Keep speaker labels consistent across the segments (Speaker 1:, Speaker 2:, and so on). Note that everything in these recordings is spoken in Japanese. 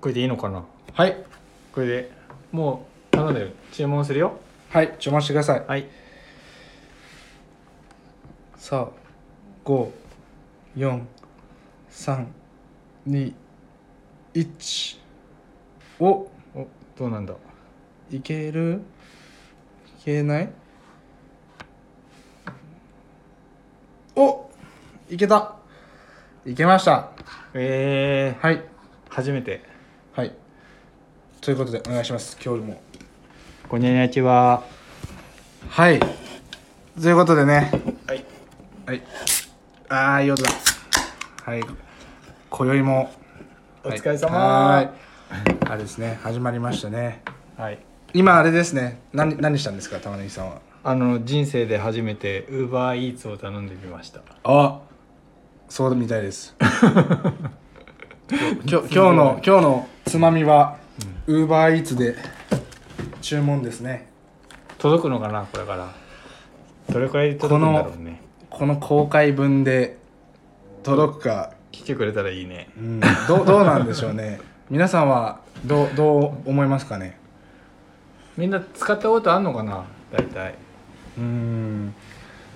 Speaker 1: これでいいのかな
Speaker 2: はい
Speaker 1: これでもう頼んだよ注文するよ
Speaker 2: はい注文してください
Speaker 1: はい
Speaker 2: さあ54321お
Speaker 1: おどうなんだ
Speaker 2: いけるいけないおいけたいけました
Speaker 1: ええ
Speaker 2: はい
Speaker 1: 初めて
Speaker 2: はいということでお願いします今日も
Speaker 1: こんにゃにちは
Speaker 2: はいということでね
Speaker 1: はい
Speaker 2: はいああいい音だはい今宵も
Speaker 1: お疲れ様
Speaker 2: はいはーいあれですね始まりましたね
Speaker 1: はい
Speaker 2: 今あれですね何何したんですか玉ねぎさんは
Speaker 1: あの人生で初めてウーバーイーツを頼んでみました
Speaker 2: あそうみたいです きょ今日の今日のつまみはウーバーイーツで注文ですね
Speaker 1: 届くのかなこれからどれくらいで届くんだろうね
Speaker 2: この公開分で届くか、
Speaker 1: 来てくれたらいいね
Speaker 2: うん、どう どうなんでしょうね皆さんはどうどう思いますかね
Speaker 1: みんな使ったことあんのかな大体
Speaker 2: うん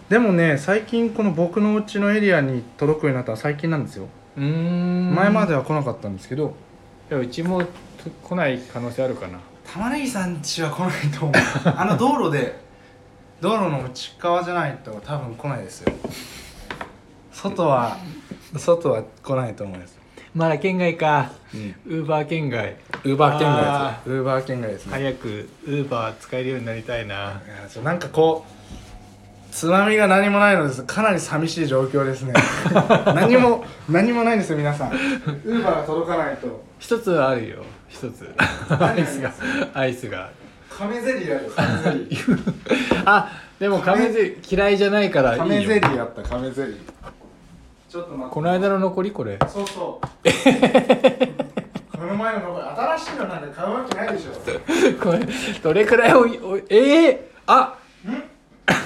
Speaker 2: でもね最近この僕のうちのエリアに届くようになったのは最近なんですよ、
Speaker 1: うーん
Speaker 2: 前まで
Speaker 1: い
Speaker 2: は来なかったんですけど
Speaker 1: やうちもと来ない可能性あるかな
Speaker 2: 玉ねぎさんちは来ないと 思うあの道路で道路の内側じゃないと多分来ないですよ外は外は来ないと思います、
Speaker 1: まだ県外か
Speaker 2: うん、
Speaker 1: ウーバー県外
Speaker 2: ウーバー圏外
Speaker 1: あ
Speaker 2: ですウーバー圏外ですね、い
Speaker 1: 早くウーバー使えるようになりたいな
Speaker 2: やそうなんかこう津波が何もないのですかなり寂しい状況ですね何も何もないんですよ皆さんウーバーが届かないと
Speaker 1: 一つはあるよ一つアイスがアイスが
Speaker 2: 亀ゼリーあるよ亀ゼリー
Speaker 1: あでも亀ゼリ嫌いじゃないからいいよ
Speaker 2: 亀ゼリーあった亀ゼリーちょっと待って
Speaker 1: この間の残りこれ
Speaker 2: そうそう。この前の残り新しいのなんか買うわけないでしょ。
Speaker 1: これどれくらいおいおいええあ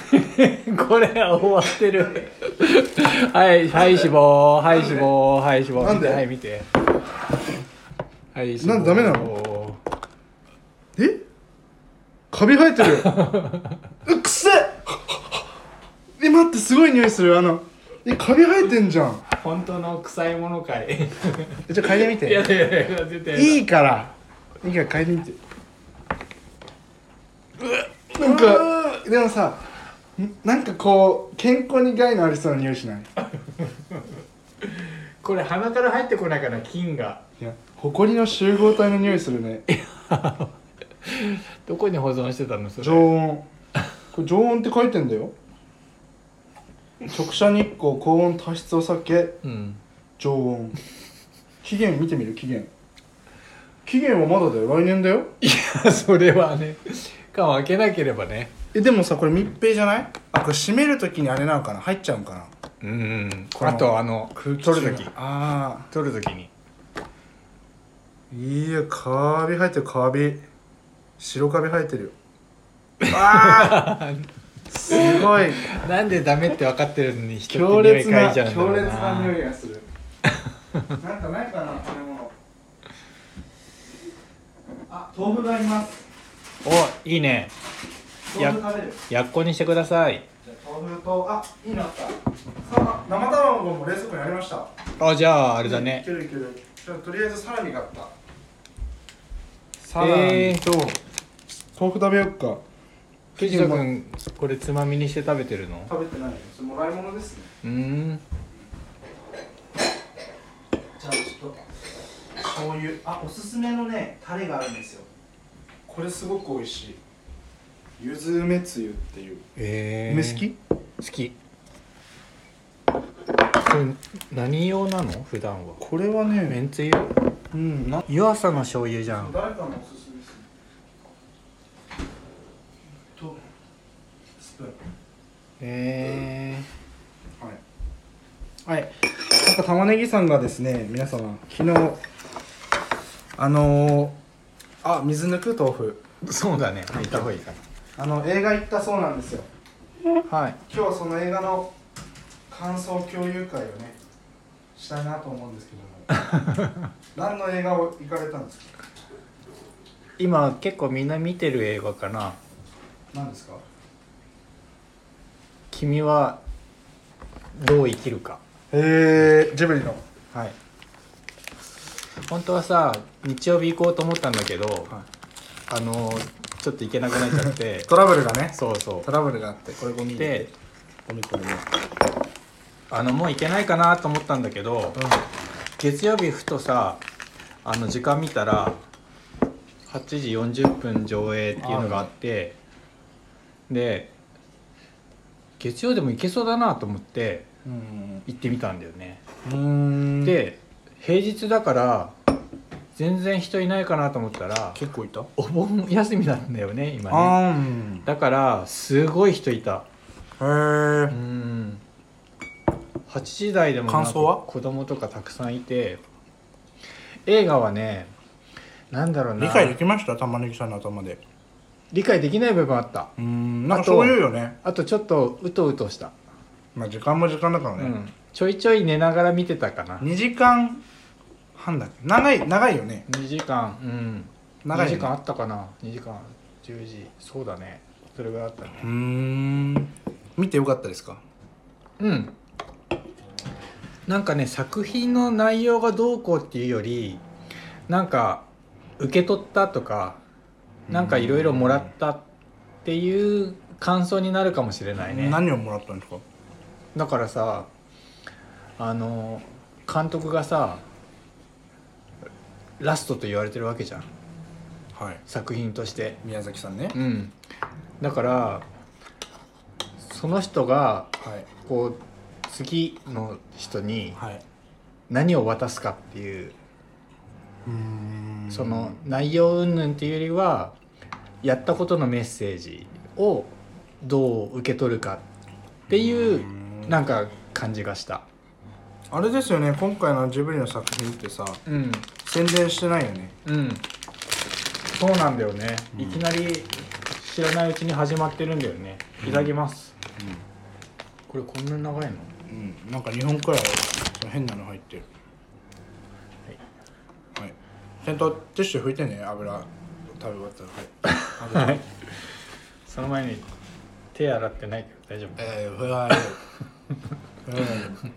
Speaker 1: これ終わってる はいはい死亡はい死亡はい死亡
Speaker 2: なん
Speaker 1: 見
Speaker 2: で
Speaker 1: てはい見てはい
Speaker 2: なんでダメな
Speaker 1: の
Speaker 2: え？カビ生えてる。うっくせ。え待ってすごい匂いするあの。えカビ生えてんじゃん。
Speaker 1: 本当の臭いもの かい
Speaker 2: えじゃあ嗅いで
Speaker 1: い
Speaker 2: み
Speaker 1: や
Speaker 2: て。
Speaker 1: いやいや絶対やだ
Speaker 2: いいから。いいから嗅いでみて。うわなんかでもさ。んなんかこう健康に害のありそうな匂いしない
Speaker 1: これ鼻から入ってこないから菌が
Speaker 2: いや埃の集合体の匂いするね
Speaker 1: どこに保存してたのそ
Speaker 2: 常
Speaker 1: れ
Speaker 2: 温これ常温って書いてんだよ直射日光高温多湿を避け
Speaker 1: うん
Speaker 2: 常温期限見てみる期限期限はまだだよ来年だよ
Speaker 1: いやそれはね缶を開けなければね
Speaker 2: えでもさこれ密閉じゃないあこれ閉めるときにあれなのかな入っちゃうんかな
Speaker 1: うん
Speaker 2: この
Speaker 1: あとあの取るとき
Speaker 2: ああ
Speaker 1: 取るときに
Speaker 2: いやカビ生えてるカビ白カビ生えてるよああ すごい
Speaker 1: なんでダメって分かってるのに人
Speaker 2: 強
Speaker 1: って匂い
Speaker 2: 烈
Speaker 1: 嗅
Speaker 2: ない
Speaker 1: ちゃうんだろ
Speaker 2: 強
Speaker 1: う
Speaker 2: 烈
Speaker 1: な
Speaker 2: な匂いがするなんかないかな食べ物あ豆腐があります
Speaker 1: おいいね
Speaker 2: 豆腐食べる
Speaker 1: やっこにしてください
Speaker 2: じゃあ豆腐とあいいのあったさあ生卵も冷蔵庫にありました
Speaker 1: あじゃああ
Speaker 2: あ
Speaker 1: れだ
Speaker 2: い
Speaker 1: ね
Speaker 2: けるいけるじゃあとりあえずサラミがあったサ
Speaker 1: えー
Speaker 2: と豆腐食べよっか
Speaker 1: 藤田君これつまみにして食べてるの
Speaker 2: 食べてないよそれもらい物ですね
Speaker 1: うーん
Speaker 2: じゃあちょっと醤油あおすすめのねタレがあるんですよこれすごく美味しいゆず梅つゆっていう
Speaker 1: え
Speaker 2: 梅好き
Speaker 1: 好きこれ何用なの普段は
Speaker 2: これは
Speaker 1: め
Speaker 2: ね
Speaker 1: んつゆ
Speaker 2: うんな
Speaker 1: 湯浅の醤油じゃん
Speaker 2: 誰かのおすすめですねとスプーン
Speaker 1: え
Speaker 2: はい、はい、なんか玉ねぎさんがですね皆様昨日あのー、あ水抜く豆腐
Speaker 1: ー、そうだね行った方がいいか
Speaker 2: あの映画行ったそうなんですよ
Speaker 1: なはい
Speaker 2: 今日はその映画の感想共有会をねしたいなと思うんですけども 何の映画を行かれたんですか
Speaker 1: 今結構みんな見てる映画かな
Speaker 2: 何ですか
Speaker 1: 「君はどう生きるか
Speaker 2: へえジブリの」
Speaker 1: はい本当はさ日曜日行こうと思ったんだけど、あのちょっと行けなくなっちゃって
Speaker 2: トラブルが ね
Speaker 1: そうそ
Speaker 2: トラブルがあって
Speaker 1: うこれゴミでゴミこれあのもう行けないかなと思ったんだけど月曜日ふとさあの時間見たら8時40分上映っていうのがあってで月曜でも行けそうだなと思って
Speaker 2: うん
Speaker 1: 行ってみたんだよね、
Speaker 2: うん
Speaker 1: で平日だから全然人いないかなと思ったら
Speaker 2: 結構いた
Speaker 1: お盆休みなんだよね今ね
Speaker 2: あん
Speaker 1: だからすごい人いたう
Speaker 2: へえ
Speaker 1: ん8時台でも
Speaker 2: 感想は
Speaker 1: 子供とかたくさんいて映画はねなんだろうな
Speaker 2: 理解できました玉ねぎさんの頭で
Speaker 1: 理解できない部分あった
Speaker 2: うんなんか
Speaker 1: あと
Speaker 2: そういうよね
Speaker 1: あとちょっとうとうとした、
Speaker 2: まあ時間も時間だから
Speaker 1: う
Speaker 2: ね
Speaker 1: ん、ちょいちょい寝ながら見てたかな
Speaker 2: 2時間半だっけ長い長いよね
Speaker 1: 2時間うん
Speaker 2: 長い
Speaker 1: 2
Speaker 2: よね
Speaker 1: 時間あったかな2時間10時そうだねそれぐらいあったね
Speaker 2: うん見てよかったですか
Speaker 1: うんなんかね作品の内容がどうこうっていうよりなんか受け取ったとかなんかいろいろもらったっていう感想になるかもしれないね
Speaker 2: 何をもらったんですか
Speaker 1: だからさあの監督がさラストと言われてるわけじゃん
Speaker 2: はい
Speaker 1: 作品として
Speaker 2: 宮崎さんね
Speaker 1: うんだからその人が
Speaker 2: はい
Speaker 1: こう次の人に
Speaker 2: はい
Speaker 1: 何を渡すかっていう
Speaker 2: うん
Speaker 1: その内容云々っていうよりはやったことのメッセージをどう受け取るかっていうなんか感じがした。
Speaker 2: あれですよね今回のジブリの作品ってさ
Speaker 1: うん、
Speaker 2: 宣伝してないよね
Speaker 1: うん、そうなんだよね、いきなり知らないうちに始まってるんだよねいただきます、これこんな長いの
Speaker 2: うんなんか日本くらいその変なの入ってるはい、ちゃんとティッシュ拭いてね油食べ終わったらは
Speaker 1: は
Speaker 2: い
Speaker 1: いその前に手洗ってないけど大丈夫
Speaker 2: えー、ふわれるふわれる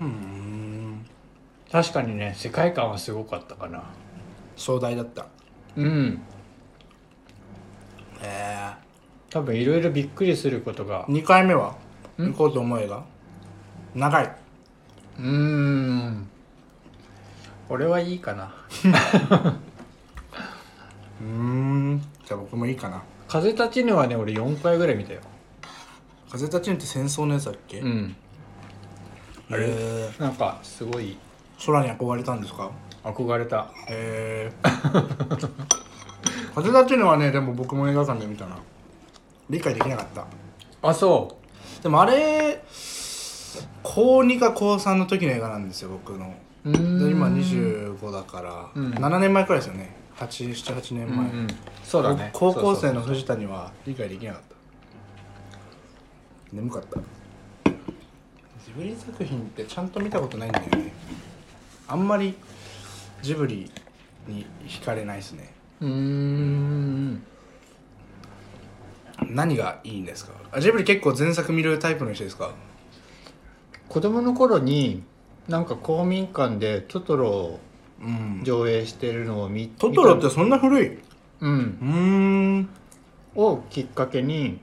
Speaker 2: うーん
Speaker 1: 確かにね世界観はすごかったかな
Speaker 2: 壮大だった
Speaker 1: うん
Speaker 2: え
Speaker 1: 多分いろいろびっくりすることが
Speaker 2: ー、2回目は行こうと思えば長いう
Speaker 1: ーん俺はいいかな
Speaker 2: うーんじゃあ僕もいいかな
Speaker 1: 風立ちぬはね俺4回ぐらい見たよ
Speaker 2: 風立ちぬって戦争のやつだっけ、
Speaker 1: うん
Speaker 2: あれ、えー、
Speaker 1: なんかすごい
Speaker 2: 空に憧れたんですか
Speaker 1: 憧れた
Speaker 2: えー、 風立ちぬはねでも僕も映画館で見たな理解できなかった
Speaker 1: あそ
Speaker 2: でもあれ高2か高3の時の映画なんですよ僕の
Speaker 1: ううー
Speaker 2: で
Speaker 1: ん
Speaker 2: 今25だから、
Speaker 1: うん
Speaker 2: 7年前くらいですよね878
Speaker 1: う
Speaker 2: 年
Speaker 1: んう
Speaker 2: 前、
Speaker 1: んそうだね
Speaker 2: 高校
Speaker 1: そう
Speaker 2: 生
Speaker 1: そう
Speaker 2: の藤谷は理解できなかった眠かったジブリ作品ってちゃんと見たことないんだよねあんまりジブリに惹かれないですね
Speaker 1: そううーん
Speaker 2: 何がいいんですかあジブリ結構前作見るタイプの人ですか
Speaker 1: 子供の頃になんか公民館でトトロを
Speaker 2: うん
Speaker 1: 上映してるのを見
Speaker 2: トトロっ
Speaker 1: 見
Speaker 2: てそんな古いう
Speaker 1: たうん
Speaker 2: ーん
Speaker 1: をきっかけに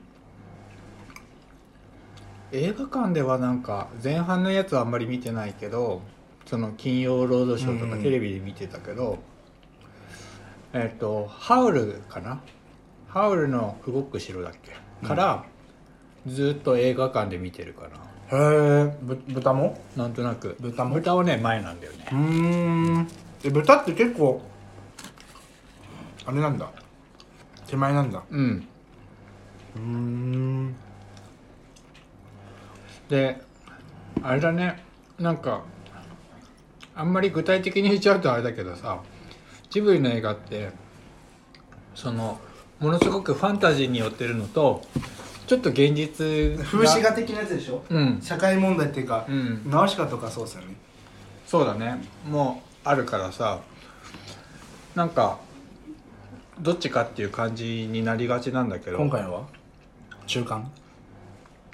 Speaker 1: 映画館ではなんか前半のやつはあんまり見てないけどその「金曜ロードショー」と
Speaker 2: う
Speaker 1: か
Speaker 2: ん
Speaker 1: テレビで見てたけど、えっ、と「ハウル」かな「ハウルの動く城」だっけから、ずっと映画館で見てるかな
Speaker 2: へえぶ豚も
Speaker 1: なんとなく
Speaker 2: 豚も
Speaker 1: 豚はね前なんだよね
Speaker 2: うーんで豚って結構あれなんだ手前なんだ
Speaker 1: うん
Speaker 2: うーん
Speaker 1: であれだねなんかあんまり具体的に言っちゃうとあれだけどさジブリの映画ってそのものすごくファンタジーに寄ってるのとちょっと現実
Speaker 2: 風刺画的なやつでしょ
Speaker 1: うん
Speaker 2: 社会問題っていうか
Speaker 1: う、ん
Speaker 2: ナウシカとかそうですよね
Speaker 1: そうだねもうあるからさなんかどっちかっていう感じになりがちなんだけど
Speaker 2: 今回は中間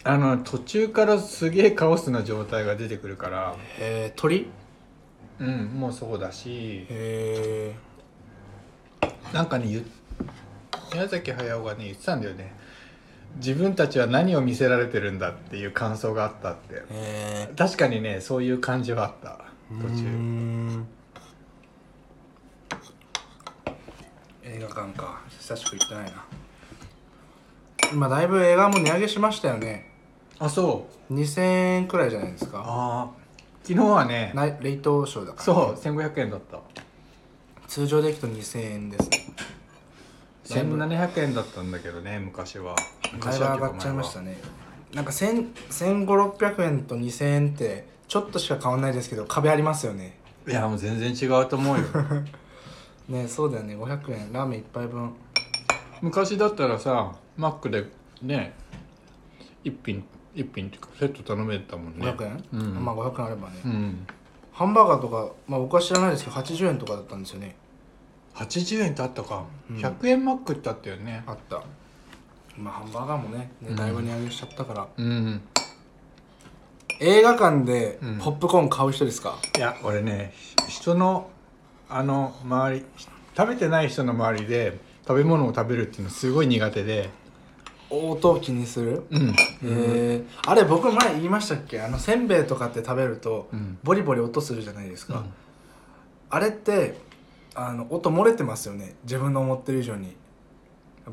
Speaker 1: あの途中からすげえカオスな状態が出てくるから
Speaker 2: えー、鳥
Speaker 1: うんもうそうだし
Speaker 2: え
Speaker 1: なんかね言っ宮崎駿がね言ってたんだよね自分たちは何を見せられてるんだっていう感想があったって
Speaker 2: ー、え
Speaker 1: 確かにねそういう感じはあった
Speaker 2: ー、
Speaker 1: 途
Speaker 2: うー
Speaker 1: 中
Speaker 2: ん映画館か久しく行ってないな今だいぶ映画も値上げしましたよね
Speaker 1: あそう
Speaker 2: 2000円くらいじゃないですか
Speaker 1: ああ昨日はね
Speaker 2: なレイトショーだから
Speaker 1: そう1500円だった
Speaker 2: 通常でいくと2000円ですね
Speaker 1: 1700円だったんだけどね昔は
Speaker 2: だい
Speaker 1: 昔
Speaker 2: ぶ
Speaker 1: は
Speaker 2: 上がっちゃいました
Speaker 1: ね
Speaker 2: ねなんか1500600円と2000円ってちょっとしか変わんないですけど壁ありますよね
Speaker 1: いやもう全然違うと思 うよ
Speaker 2: ねそうだよね500円ラーメン一杯分
Speaker 1: 昔だったらさマックでね一品一品っていうかセット頼めたもんね
Speaker 2: 500円、
Speaker 1: うん
Speaker 2: まあ500円あればね、
Speaker 1: うん
Speaker 2: ハンバーガーとか、まあ、僕は知らないですけど80円とかだったんですよね
Speaker 1: 80円ってあったか、
Speaker 2: うん
Speaker 1: 100円マックってあったよね
Speaker 2: あったまあハンバーガーもねねだいぶ値上げしちゃったから、
Speaker 1: うん
Speaker 2: 映画館で
Speaker 1: うん
Speaker 2: ポップコーン買う人ですか、
Speaker 1: いや俺ねひ人のあの周りひ食べてない人の周りで食べ物を食べるっていうのすごい苦手で
Speaker 2: 音を気にする
Speaker 1: うん
Speaker 2: えーあれ僕前言いましたっけあのせんべいとかって食べると
Speaker 1: うん
Speaker 2: ボリボリ音するじゃないです
Speaker 1: う
Speaker 2: か、
Speaker 1: ん
Speaker 2: あれってあの音漏れてますよね自分の思ってる以上に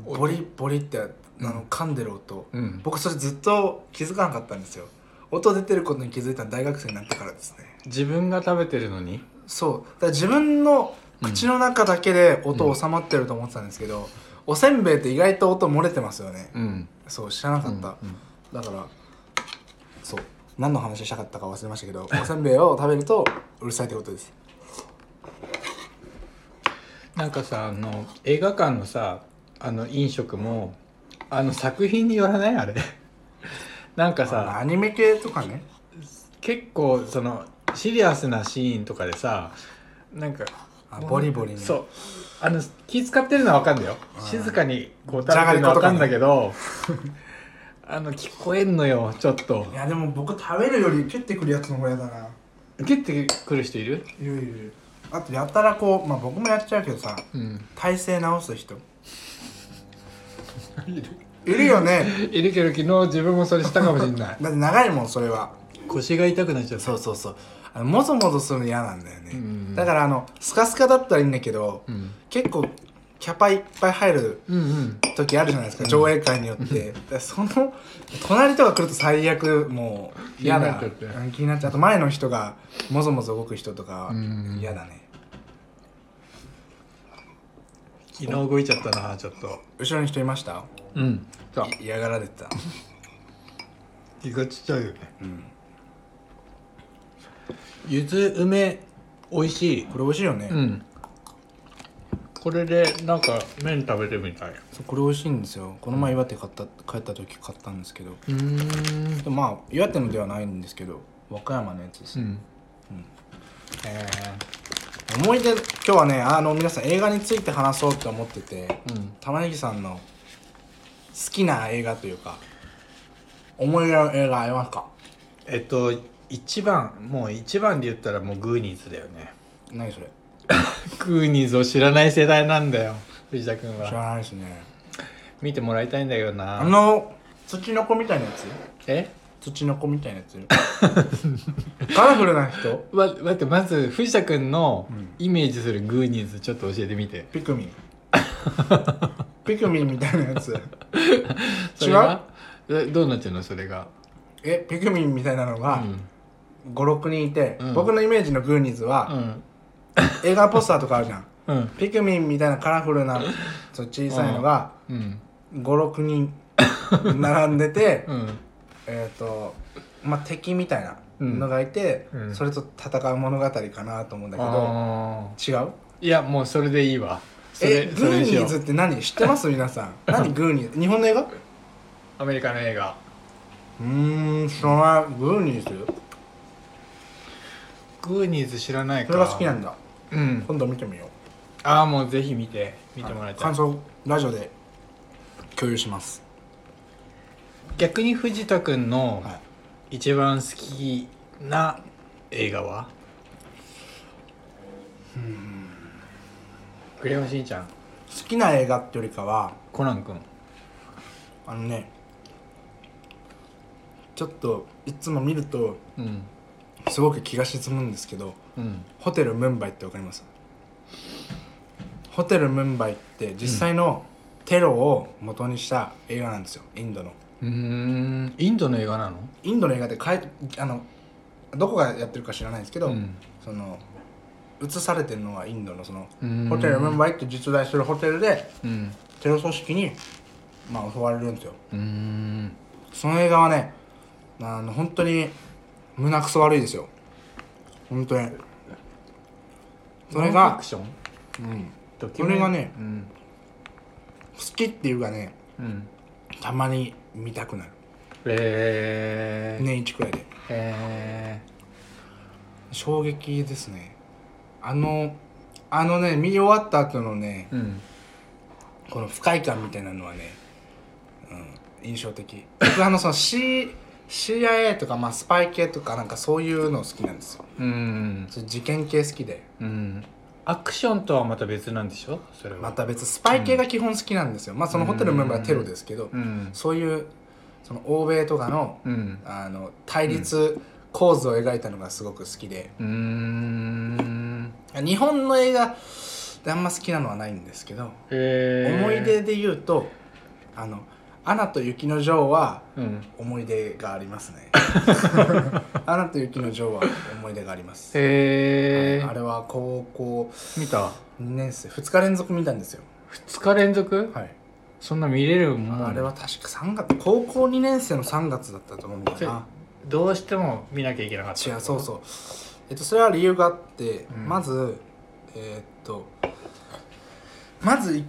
Speaker 2: ボリボリってあの噛んでる音、
Speaker 1: うん
Speaker 2: 僕それずっと気づかなかったんですよ音出てることに気づいたの大学生になってからですね
Speaker 1: 自分が食べてるのに
Speaker 2: そうだから自分の口の中だけで音収まってると思ってたんですけど、おせんべいって意外と音漏れてますよね、
Speaker 1: うん
Speaker 2: そう知らなかった、
Speaker 1: うんうん
Speaker 2: だからそう何の話したかったか忘れましたけどおせんべいを食べるとうるさいってことです
Speaker 1: なんかさあの映画館のさあの飲食もあの作品によらないあれなんかさ
Speaker 2: アニメ系とかね
Speaker 1: 結構そのシリアスなシーンとかでさなんか
Speaker 2: あボリボリね
Speaker 1: そうあの気使ってるのはわかんだよ静かにこう食べてるのはわかんだけど あの聞こえんのよちょっと
Speaker 2: いやでも僕食べるより蹴ってくるやつの方が嫌だな
Speaker 1: 蹴ってくる人いる
Speaker 2: いるいるいるあとやたらこうまあ僕もやっちゃうけどさ
Speaker 1: うん
Speaker 2: 体勢直す人いるよね
Speaker 1: いるけど昨日自分もそれしたかもしんない
Speaker 2: だって長いもんそれは
Speaker 1: 腰が痛くなっちゃった
Speaker 2: そうそうそうあのもぞもぞするの嫌なんだよね、
Speaker 1: うん
Speaker 2: だからあのスカスカだったらいいんだけど、
Speaker 1: うん
Speaker 2: 結構キャパいっぱい入る
Speaker 1: うんうん
Speaker 2: 時あるじゃないですか上映会によって、だからその隣とか来ると最悪もう嫌だ
Speaker 1: 気になっちゃって
Speaker 2: うん気になっちゃうあと前の人がもぞもぞ動く人とか
Speaker 1: うん
Speaker 2: 嫌だね
Speaker 1: 昨日動いちゃったなちょっと
Speaker 2: 後ろに人いました
Speaker 1: うんさ
Speaker 2: い嫌がられてた
Speaker 1: 気がちっちゃいよねゆず梅美味しい
Speaker 2: これ美味しいよね、
Speaker 1: うんこれでなんか麺食べてみたい
Speaker 2: そうこれ美味しいんですよこの前岩手買った帰った時買ったんですけど
Speaker 1: うん
Speaker 2: でもまあ岩手のではないんですけど和歌山のやつです、
Speaker 1: うん
Speaker 2: えー思い出今日はねあの皆さん映画について話そうって思ってて
Speaker 1: うん
Speaker 2: 玉ねぎさんの好きな映画というか思い出の映画ありますか
Speaker 1: えっと一番もう一番で言ったらもうグーニーズだよね
Speaker 2: 何それ
Speaker 1: グーニーズを知らない世代なんだよ藤田君
Speaker 2: 知
Speaker 1: は
Speaker 2: らないですね
Speaker 1: 見てもらいたいんだよな
Speaker 2: あの土の子みたいなやつ
Speaker 1: え
Speaker 2: 土の子みたいなやつカラフルな人
Speaker 1: わ待ってまず藤田君のイメージするグーニーズちょっと教えてみて、
Speaker 2: ピクミンピクミンみたいなやつ
Speaker 1: それがえどうなってるのそれが
Speaker 2: えピクミンみたいなの
Speaker 1: う
Speaker 2: が
Speaker 1: ん
Speaker 2: 56人いて、
Speaker 1: うん
Speaker 2: 僕のイメージのグーニーズ
Speaker 1: う
Speaker 2: は、
Speaker 1: ん
Speaker 2: 映画ポスターとかあるじゃん
Speaker 1: うん
Speaker 2: ピクミンみたいなカラフルなそう小さいのが
Speaker 1: うん
Speaker 2: 56人並んでて、
Speaker 1: うん
Speaker 2: えっ、とまあ敵みたいなのがいて、
Speaker 1: うんうん
Speaker 2: それと戦う物語かなと思うんだけど、
Speaker 1: あ
Speaker 2: 違う
Speaker 1: ーいやもうそれでいいわそれ
Speaker 2: え
Speaker 1: そ
Speaker 2: グー
Speaker 1: れに
Speaker 2: ニ
Speaker 1: しよ
Speaker 2: ー
Speaker 1: う
Speaker 2: ズって何知ってます皆さん何グーニーズ日本の映画
Speaker 1: アメリカの映画
Speaker 2: うーん知らないグーニーズ
Speaker 1: グーニーズ知らない
Speaker 2: そ
Speaker 1: か
Speaker 2: れが好きなんだ
Speaker 1: うん
Speaker 2: 今度見てみよう
Speaker 1: ああもうぜひ見て見てもらいたい
Speaker 2: 感想ラジオで共有します
Speaker 1: 逆に藤田君の
Speaker 2: は
Speaker 1: 一番好きな映画はクレヨンしんちゃん
Speaker 2: 好きな映画ってよりかは
Speaker 1: コナン君
Speaker 2: あのねちょっといつも見ると
Speaker 1: うん
Speaker 2: すごく気が沈むんですけど
Speaker 1: うん
Speaker 2: ホテルムンバイってわかりますホテルムンバイって実際のテロを元にした映画なんですよインドの
Speaker 1: うーんインドの映画なの
Speaker 2: インドの映画でかえあのどこがやってるか知らないんですけど、その映されてるのはインドのその
Speaker 1: うん
Speaker 2: ホテルムンバイって実在するホテルで
Speaker 1: うん
Speaker 2: テロ組織に、まあ、襲われるんですよ
Speaker 1: うーん
Speaker 2: その映画はねあの本当に胸くそ悪いですよ本当にそれ
Speaker 1: ノンフィ
Speaker 2: が
Speaker 1: クション
Speaker 2: うん
Speaker 1: ドキュメン
Speaker 2: それがね
Speaker 1: うん
Speaker 2: 好きっていうかね
Speaker 1: うん
Speaker 2: たまに見たくなる
Speaker 1: えー、
Speaker 2: 年一くらいで
Speaker 1: え
Speaker 2: 衝撃ですねあのあのね見終わった後のね
Speaker 1: ー、うん
Speaker 2: この不快感みたいなのはね、うん、印象的僕あのその、C、CIA とか、まあ、スパイ系とかなんかそういうの好きなんですよ
Speaker 1: うん
Speaker 2: そういう事件系好きで
Speaker 1: うんアクションとはまた別なんでしょそれは
Speaker 2: また別スパイ系が基本好きなんですよ、まあそのホテルのメンバーはテロですけど、
Speaker 1: うん
Speaker 2: そういうその欧米とかの,、
Speaker 1: うん
Speaker 2: あの対立構図を描いたのがすごく好きで、
Speaker 1: うーん
Speaker 2: 日本の映画であんま好きなのはないんですけど、
Speaker 1: えー、
Speaker 2: 思い出で言うと「あのアナと雪の女王」は
Speaker 1: うん
Speaker 2: 思い出がありま すね「アナと雪の女王」は思い出があります、
Speaker 1: えー
Speaker 2: あれは高校
Speaker 1: 見た
Speaker 2: 2年生2日連続見たんですよ
Speaker 1: 2日連続
Speaker 2: はい
Speaker 1: そんな見れるもん
Speaker 2: あれは確か3月高校2年生の3月だったと思うんだよな
Speaker 1: どうしても見なきゃいけなかった
Speaker 2: 違うそうそうえっとそれは理由があって、
Speaker 1: ん
Speaker 2: まずえーっとまず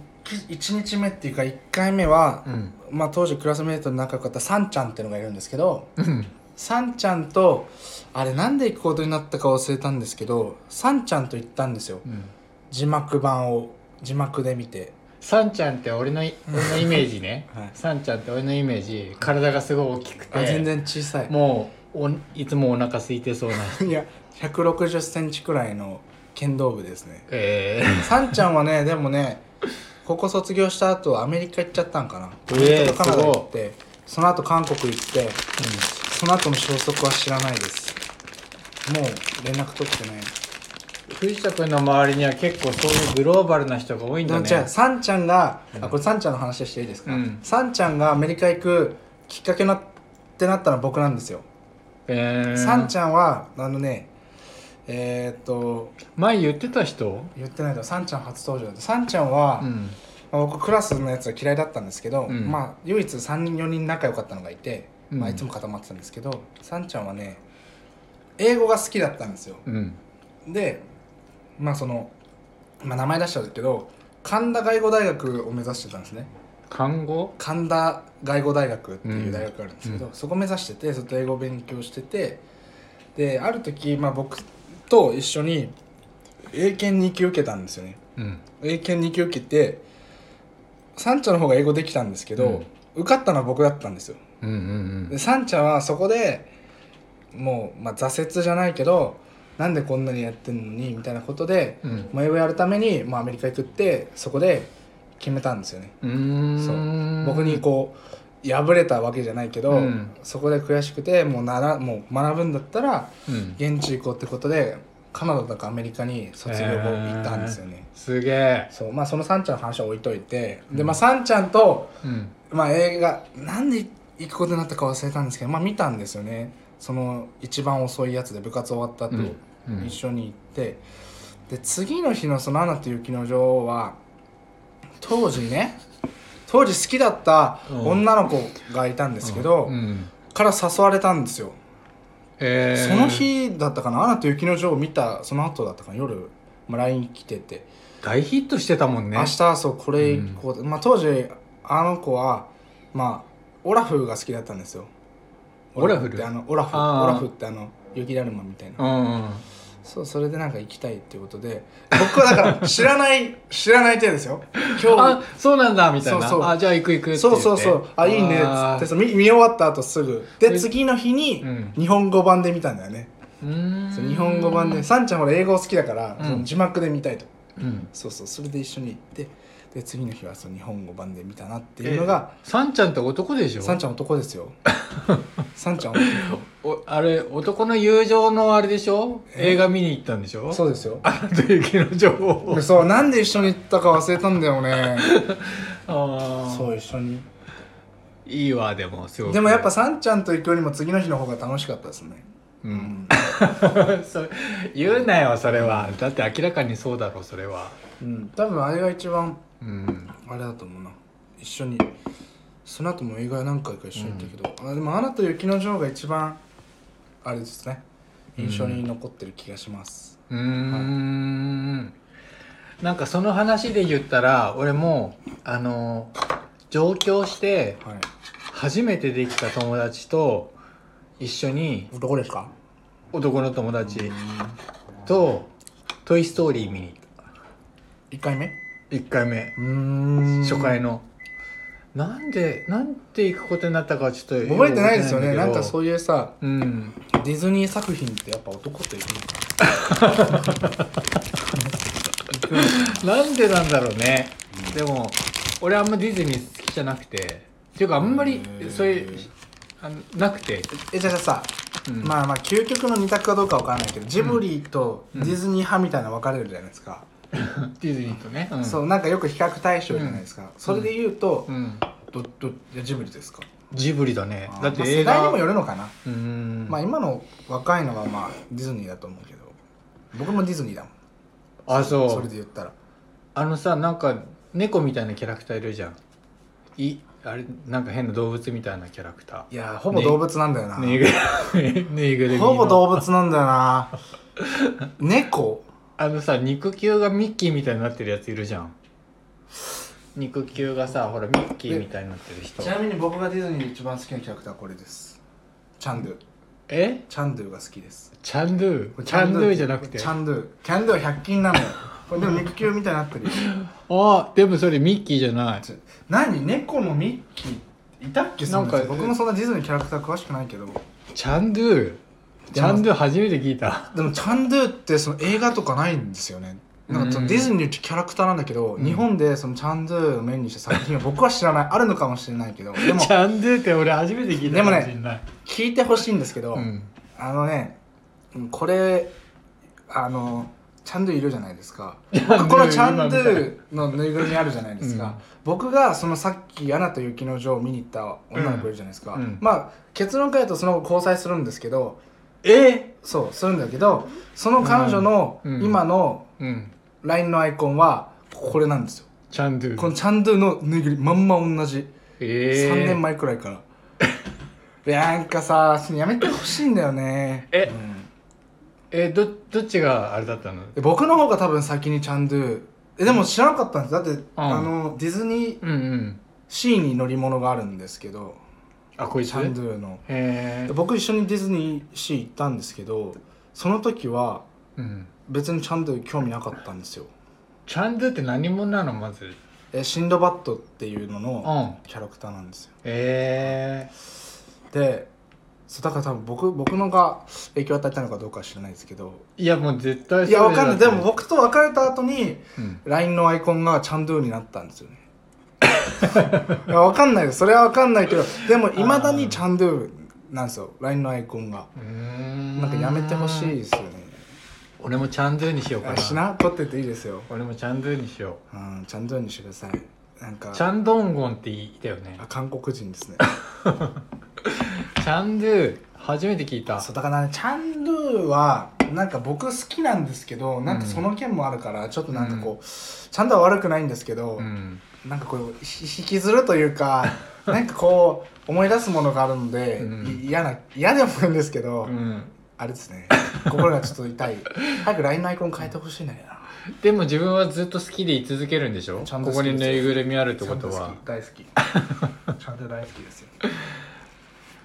Speaker 2: 1, 日目っていうか1回目は、
Speaker 1: うん
Speaker 2: まあ当時クラスメートの仲良かったサンちゃんっていうのがいるんですけど
Speaker 1: うん
Speaker 2: サンちゃんとあれなんで行くことになったか忘れたんですけどサンちゃんと行ったんですよ
Speaker 1: うん
Speaker 2: 字幕版を字幕で見て
Speaker 1: サンちゃんって俺のい俺のイメージね、
Speaker 2: はい
Speaker 1: サンちゃんって俺のイメージ体がすごい大きく
Speaker 2: あ
Speaker 1: て
Speaker 2: 全然小さい
Speaker 1: もうおいつもお腹空いてそうな
Speaker 2: いや1 6 0ンチくらいの剣道部ですね
Speaker 1: え
Speaker 2: サンちゃんはね でもね高校卒業した後アメリカ行っちゃったんかな
Speaker 1: え
Speaker 2: アメリカ
Speaker 1: すごい
Speaker 2: とカナダ行ってその後韓国行ってその後の消息は知らないですもう連絡取ってね
Speaker 1: ー、藤田君の周りには結構そういうグローバルな人が多いんだね
Speaker 2: じゃあサンちゃんが、あこれサンちゃんの話していいですか、
Speaker 1: うん
Speaker 2: サンちゃんがアメリカ行くきっかけなってなったのは僕なんですよ、
Speaker 1: えー、
Speaker 2: サンちゃんはあのねえーっと
Speaker 1: 前言ってた人
Speaker 2: 言ってないとサンちゃん初登場でサンちゃんは、
Speaker 1: うん
Speaker 2: まあ僕クラスのやつは嫌いだったんですけど、
Speaker 1: うん
Speaker 2: まあ唯一3人4人仲良かったのがいて、まあ、
Speaker 1: うん
Speaker 2: いつも固まってたんですけど、さんちゃんはね英語が好きだったんですよ
Speaker 1: うん
Speaker 2: でまあその、まあ、名前出しちゃうけど神田外語大学を目指してたんですね
Speaker 1: 看護
Speaker 2: 神田外語大学っていう大学があるんですけど、
Speaker 1: う
Speaker 2: そこ目指しててずっと英語を勉強しててである時、まあ、僕と一緒に英検2級受けたんですよね
Speaker 1: うん
Speaker 2: 英検2級受けてサンチャの方が英語できたんですけど、受かったのは僕だったんですよ
Speaker 1: うんうん
Speaker 2: でサンチャはそこでもう、まあ、挫折じゃないけどなんでこんなにやってんのにみたいなことで、
Speaker 1: うん
Speaker 2: もう英語やるために、まあ、アメリカ行くってそこで決めたんですよね
Speaker 1: うーん
Speaker 2: そう僕にこう敗れたわけじゃないけど、
Speaker 1: うん
Speaker 2: そこで悔しくてもうならもう学ぶんだったら
Speaker 1: うん
Speaker 2: 現地行こうってことでカナダとかアメリカに卒業後行ったんですよね、
Speaker 1: すげえ
Speaker 2: そうまあそのサンちゃんの話は置いといて、でまあサンちゃんと、
Speaker 1: うん
Speaker 2: まあ、映画なんで行くことになったか忘れたんですけどまあ見たんですよねその一番遅いやつで部活終わった後、
Speaker 1: うんうん
Speaker 2: 一緒に行ってで次の日のその「アナと雪の女王は」当時ね当時好きだった女の子がいたんですけど、
Speaker 1: うん
Speaker 2: から誘われたんですよ
Speaker 1: えー、
Speaker 2: その日だったかな「アナと雪の女王」見たその後だったかな夜、まあ、LINE 来てて
Speaker 1: 大ヒットしてたもんね
Speaker 2: 明日そうこれ行こう、まあ当時あの子はまあオラフが好きだったんですよ
Speaker 3: オラフル
Speaker 2: ってあのオラフ
Speaker 1: あー
Speaker 2: オラフってあの雪だるまみたいな
Speaker 1: うん
Speaker 2: そうそれでなんか行きたいっていうことで 僕はだから知らない知らない手ですよ今
Speaker 3: あ
Speaker 2: 日
Speaker 3: そうなんだみたいな
Speaker 2: そうそう
Speaker 3: あじゃあ行く行くって言
Speaker 2: そ
Speaker 3: っ
Speaker 2: う
Speaker 3: て
Speaker 2: そうそうあいいねっつ
Speaker 3: あ
Speaker 2: って
Speaker 3: ー
Speaker 2: そう見見終わった後すぐで
Speaker 3: え
Speaker 2: 次の日に
Speaker 1: うん
Speaker 2: 日本語版で見たんだよね、
Speaker 3: うーん
Speaker 2: そう日本語版でさんちゃんほら英語好きだから、
Speaker 1: うん
Speaker 2: その字幕で見たいと
Speaker 1: うん
Speaker 2: そうそうそれで一緒に行ってで次の日はその日本語版で見たなっていうのが、
Speaker 1: えさんちゃんって男でしょ
Speaker 2: さんちゃん男です よさんちゃん男
Speaker 1: おあれ男の友情のあれでしょ
Speaker 2: え
Speaker 1: 映画見に行ったんでしょ
Speaker 2: そうですよ
Speaker 1: あなた雪の情報を
Speaker 2: そうなんで一緒に行ったか忘れたんだよね
Speaker 1: ああ
Speaker 2: そう一緒に
Speaker 1: いいわでもすごく
Speaker 2: でもやっぱさんちゃんと行くよりも次の日の方が楽しかったですね
Speaker 1: う
Speaker 2: うん
Speaker 1: そう言うなよそれはだって明らかにそうだろそれは
Speaker 2: うん多分あれが一番
Speaker 1: うん
Speaker 2: あれだと思うな一緒にその後も映画何回か一緒に行ったけど、あでも「アナと雪の女王」が一番あれですね印象に残ってる気がします、
Speaker 1: うーんなんかその話で言ったら俺もあの上京して
Speaker 2: はい
Speaker 1: 初めてできた友達と一緒に
Speaker 2: どこですか
Speaker 1: 男の友達と「トイ・ストーリー」見に行っ
Speaker 2: 1回目
Speaker 1: た1回目
Speaker 2: うん
Speaker 1: 初回のなんでなんて行くことになったかはちょっと
Speaker 2: 覚えてないですよねなんか
Speaker 1: う
Speaker 2: そういうさ
Speaker 1: うん
Speaker 2: ディズニー作品ってやっぱ男と行くのか
Speaker 1: なんでなんだろうね、でも俺あんまディズニー好きじゃなくてっていうかあんまり
Speaker 2: うん
Speaker 1: そういうあのなくて、
Speaker 2: えじゃあさ、
Speaker 1: うん
Speaker 2: まあまあ究極の二択かどうかわからないけどジブリとディズニー派みたいなの分かれるじゃないですか、
Speaker 1: ディズニーとね、うん、
Speaker 2: そうなんかよく比較対象じゃないですか、それで言うと、
Speaker 1: うん、
Speaker 2: どどじゃあジブリですか
Speaker 1: ジブリだねだって
Speaker 2: まあ
Speaker 1: 映
Speaker 2: 世代に
Speaker 1: 画、
Speaker 2: もよるのかな、
Speaker 1: うん
Speaker 2: まあ今の若いのはまあディズニーだと思うけど僕もディズニーだもん
Speaker 1: あそう
Speaker 2: それで言ったら
Speaker 1: あのさなんか猫みたいなキャラクターいるじゃんいあれなんか変な動物みたいなキャラクタ
Speaker 2: いやーほぼ動物なんだよな、
Speaker 1: ーぬいぐるぬいぐるみの
Speaker 2: ほぼ動物なんだ よな猫
Speaker 1: あのさ肉球がミッキーみたいになってるやついるじゃん肉球がさほらミッキーみたいになってる人
Speaker 2: ちなみに僕がディズニーで一番好きなキャラクターはこれですチャンドゥ
Speaker 1: え
Speaker 2: チャンドゥが好きです
Speaker 1: チャンドゥチャンドゥじゃなくて
Speaker 2: チ
Speaker 1: あ
Speaker 2: ャンドゥキャンドゥは100均なのよこれでも肉球みたいになってるよ
Speaker 1: あでもそれミッキーじゃない
Speaker 2: ちょ何猫のミッキーいたっけそんな
Speaker 1: なん
Speaker 2: やつ
Speaker 1: か
Speaker 2: 僕もそんなディズニーキャラクター詳しくないけど
Speaker 1: チャンドゥチャンドゥ初めて聞いた
Speaker 2: でもチャンドゥってその映画とかないんですよねなんかそのディズニーってキャラクターなんだけど、
Speaker 1: うん
Speaker 2: 日本でそのチャンドゥをメインにした作品は僕は知らないあるのかもしれないけどでも
Speaker 1: チャンドゥって俺初めて聞いたかもしれない
Speaker 2: 聞いてほしいんですけど、
Speaker 1: うん
Speaker 2: あのねこれあのチャンドゥいるじゃないですか
Speaker 1: ャンドゥ
Speaker 2: 僕このチャンドゥのぬいぐるみあるじゃないですか、
Speaker 1: うん
Speaker 2: 僕がそのさっき「アナと雪の女王」を見に行った女の子いるじゃないですか、
Speaker 1: うんうん
Speaker 2: まあ結論から言うとその子交際するんですけど
Speaker 1: え
Speaker 2: そうするんだけどその彼女の
Speaker 1: うんうん
Speaker 2: 今の
Speaker 1: うん、
Speaker 2: LINE のアイコンはこれなんですよ
Speaker 1: チャンドゥ
Speaker 2: このチャンドゥのぬいぐるみまんま同じ、
Speaker 1: えー、
Speaker 2: 3年前くらいから いやなんかさやめてほしいんだよね
Speaker 1: え
Speaker 2: うん
Speaker 1: えー、どどっちがあれだったの
Speaker 2: で僕の方が多分先にチャンドゥえでも知らなかったんですだって、あのディズニー
Speaker 1: うんうん
Speaker 2: シーに乗り物があるんですけど
Speaker 1: あこい
Speaker 2: チ
Speaker 1: つ
Speaker 2: ャンドゥの
Speaker 1: へえ
Speaker 2: で僕一緒にディズニーシー行ったんですけどその時は
Speaker 1: うん、
Speaker 2: 別にチャンドゥ興味なかったんですよ
Speaker 1: チャンドゥって何者なのまず
Speaker 2: えシンドバッドっていうの
Speaker 1: う
Speaker 2: の
Speaker 1: ん
Speaker 2: キャラクターなんですよ
Speaker 1: え
Speaker 2: でそうだから多分僕僕のが影響を与えたのかどうかは知らないですけど
Speaker 1: ー、いやもう絶対
Speaker 2: いや
Speaker 1: そう
Speaker 2: わ
Speaker 1: だ
Speaker 2: かん
Speaker 1: よ
Speaker 2: ないでも、僕と別れた後に
Speaker 1: うん
Speaker 2: LINE のアイコンがチャンドゥになったんですよねいやわかんないよそれはわかんないけどでもいまだにチャンドゥなんですよ LINE のアイコンが
Speaker 1: うーん
Speaker 2: なんかやめてほしいですよね
Speaker 1: 俺もチャンドゥにしようか
Speaker 2: あ
Speaker 1: な
Speaker 2: しな取ってていいですよ、
Speaker 1: 俺もチャンドゥにしよ
Speaker 2: うん、チャンドゥにしてくださいなんか
Speaker 1: うチャンドンゴンっていたよね
Speaker 2: あ韓国人ですね
Speaker 1: チャンドゥ初めて聞いた
Speaker 2: そうだからねチャンドゥはなんか僕好きなんですけどなんかその件もあるからちょっとなんかこう、チャンドゥは悪くないんですけど、
Speaker 1: うん
Speaker 2: なんかこうひ引きずるというか なんかこう思い出すものがあるので
Speaker 1: うん
Speaker 2: い嫌、な嫌でもあるんですけど、
Speaker 1: うん
Speaker 2: あれですね心がちょっと痛い早く LINE のアイコン変えてほしいんだよな
Speaker 1: でも自分はずっと好きでい続けるんでしょ
Speaker 2: ちゃんと
Speaker 1: こ
Speaker 2: 好
Speaker 1: こ
Speaker 2: きです
Speaker 1: に
Speaker 2: よ
Speaker 1: ぬいぐるみあるってこと
Speaker 2: ちゃん
Speaker 1: は
Speaker 2: 好き大好き ちゃんと大好きですよ、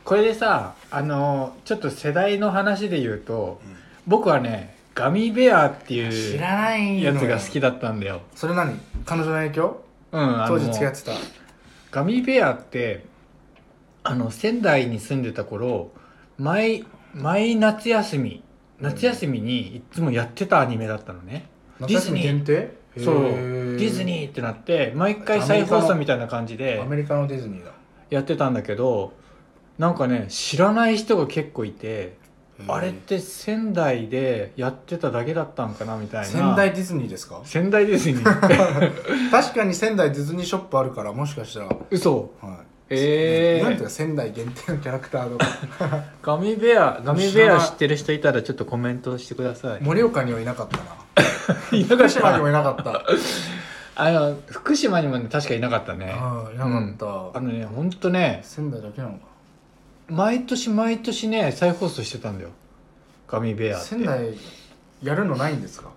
Speaker 1: これでさあのちょっと世代の話で言うと僕はねガミベアってい
Speaker 2: 知
Speaker 1: う
Speaker 2: らないの
Speaker 1: や
Speaker 2: よ
Speaker 1: つが好きだったんだよ
Speaker 2: それ何彼女の影響
Speaker 1: うんあ
Speaker 2: 当
Speaker 1: の
Speaker 2: 時付き合ってた
Speaker 1: ガミベアってあの仙台に住んでた頃毎毎夏休み夏休みにいつもやってたアニメだったのね、ディズニー
Speaker 2: 夏休み限定
Speaker 1: そうデ
Speaker 2: へー
Speaker 1: ィズニーってなって毎回再放送みたいな感じで
Speaker 2: アメリカのディズニーだ
Speaker 1: やってたんだけどなんかね知らない人が結構いてあれっ
Speaker 2: へー
Speaker 1: て仙台でやってただけだったんかなみたいな
Speaker 2: 仙台ディズニーですか
Speaker 1: 仙台ディズニ ー
Speaker 2: 確かに仙台ディズニーショップあるからもしかしたら
Speaker 1: 嘘
Speaker 2: は
Speaker 1: え
Speaker 2: いなんていう
Speaker 1: ー、
Speaker 2: か仙台限定のキャラ クターとか
Speaker 1: ガミベアガミベ
Speaker 2: 知ら
Speaker 1: ア
Speaker 2: ない
Speaker 1: 知ってる人いたらちょっとコメントしてください
Speaker 2: 盛岡にはいなかったな
Speaker 1: 田
Speaker 2: 福島にもいなかった
Speaker 1: あの福島にもね確かいなかった ね
Speaker 2: うんいなかっ
Speaker 1: あ
Speaker 2: た
Speaker 1: のねほんとね
Speaker 2: 仙台だけなのか
Speaker 1: 毎年毎年ね再放送してたんだよガミベアって
Speaker 2: 仙台やるのないんで すか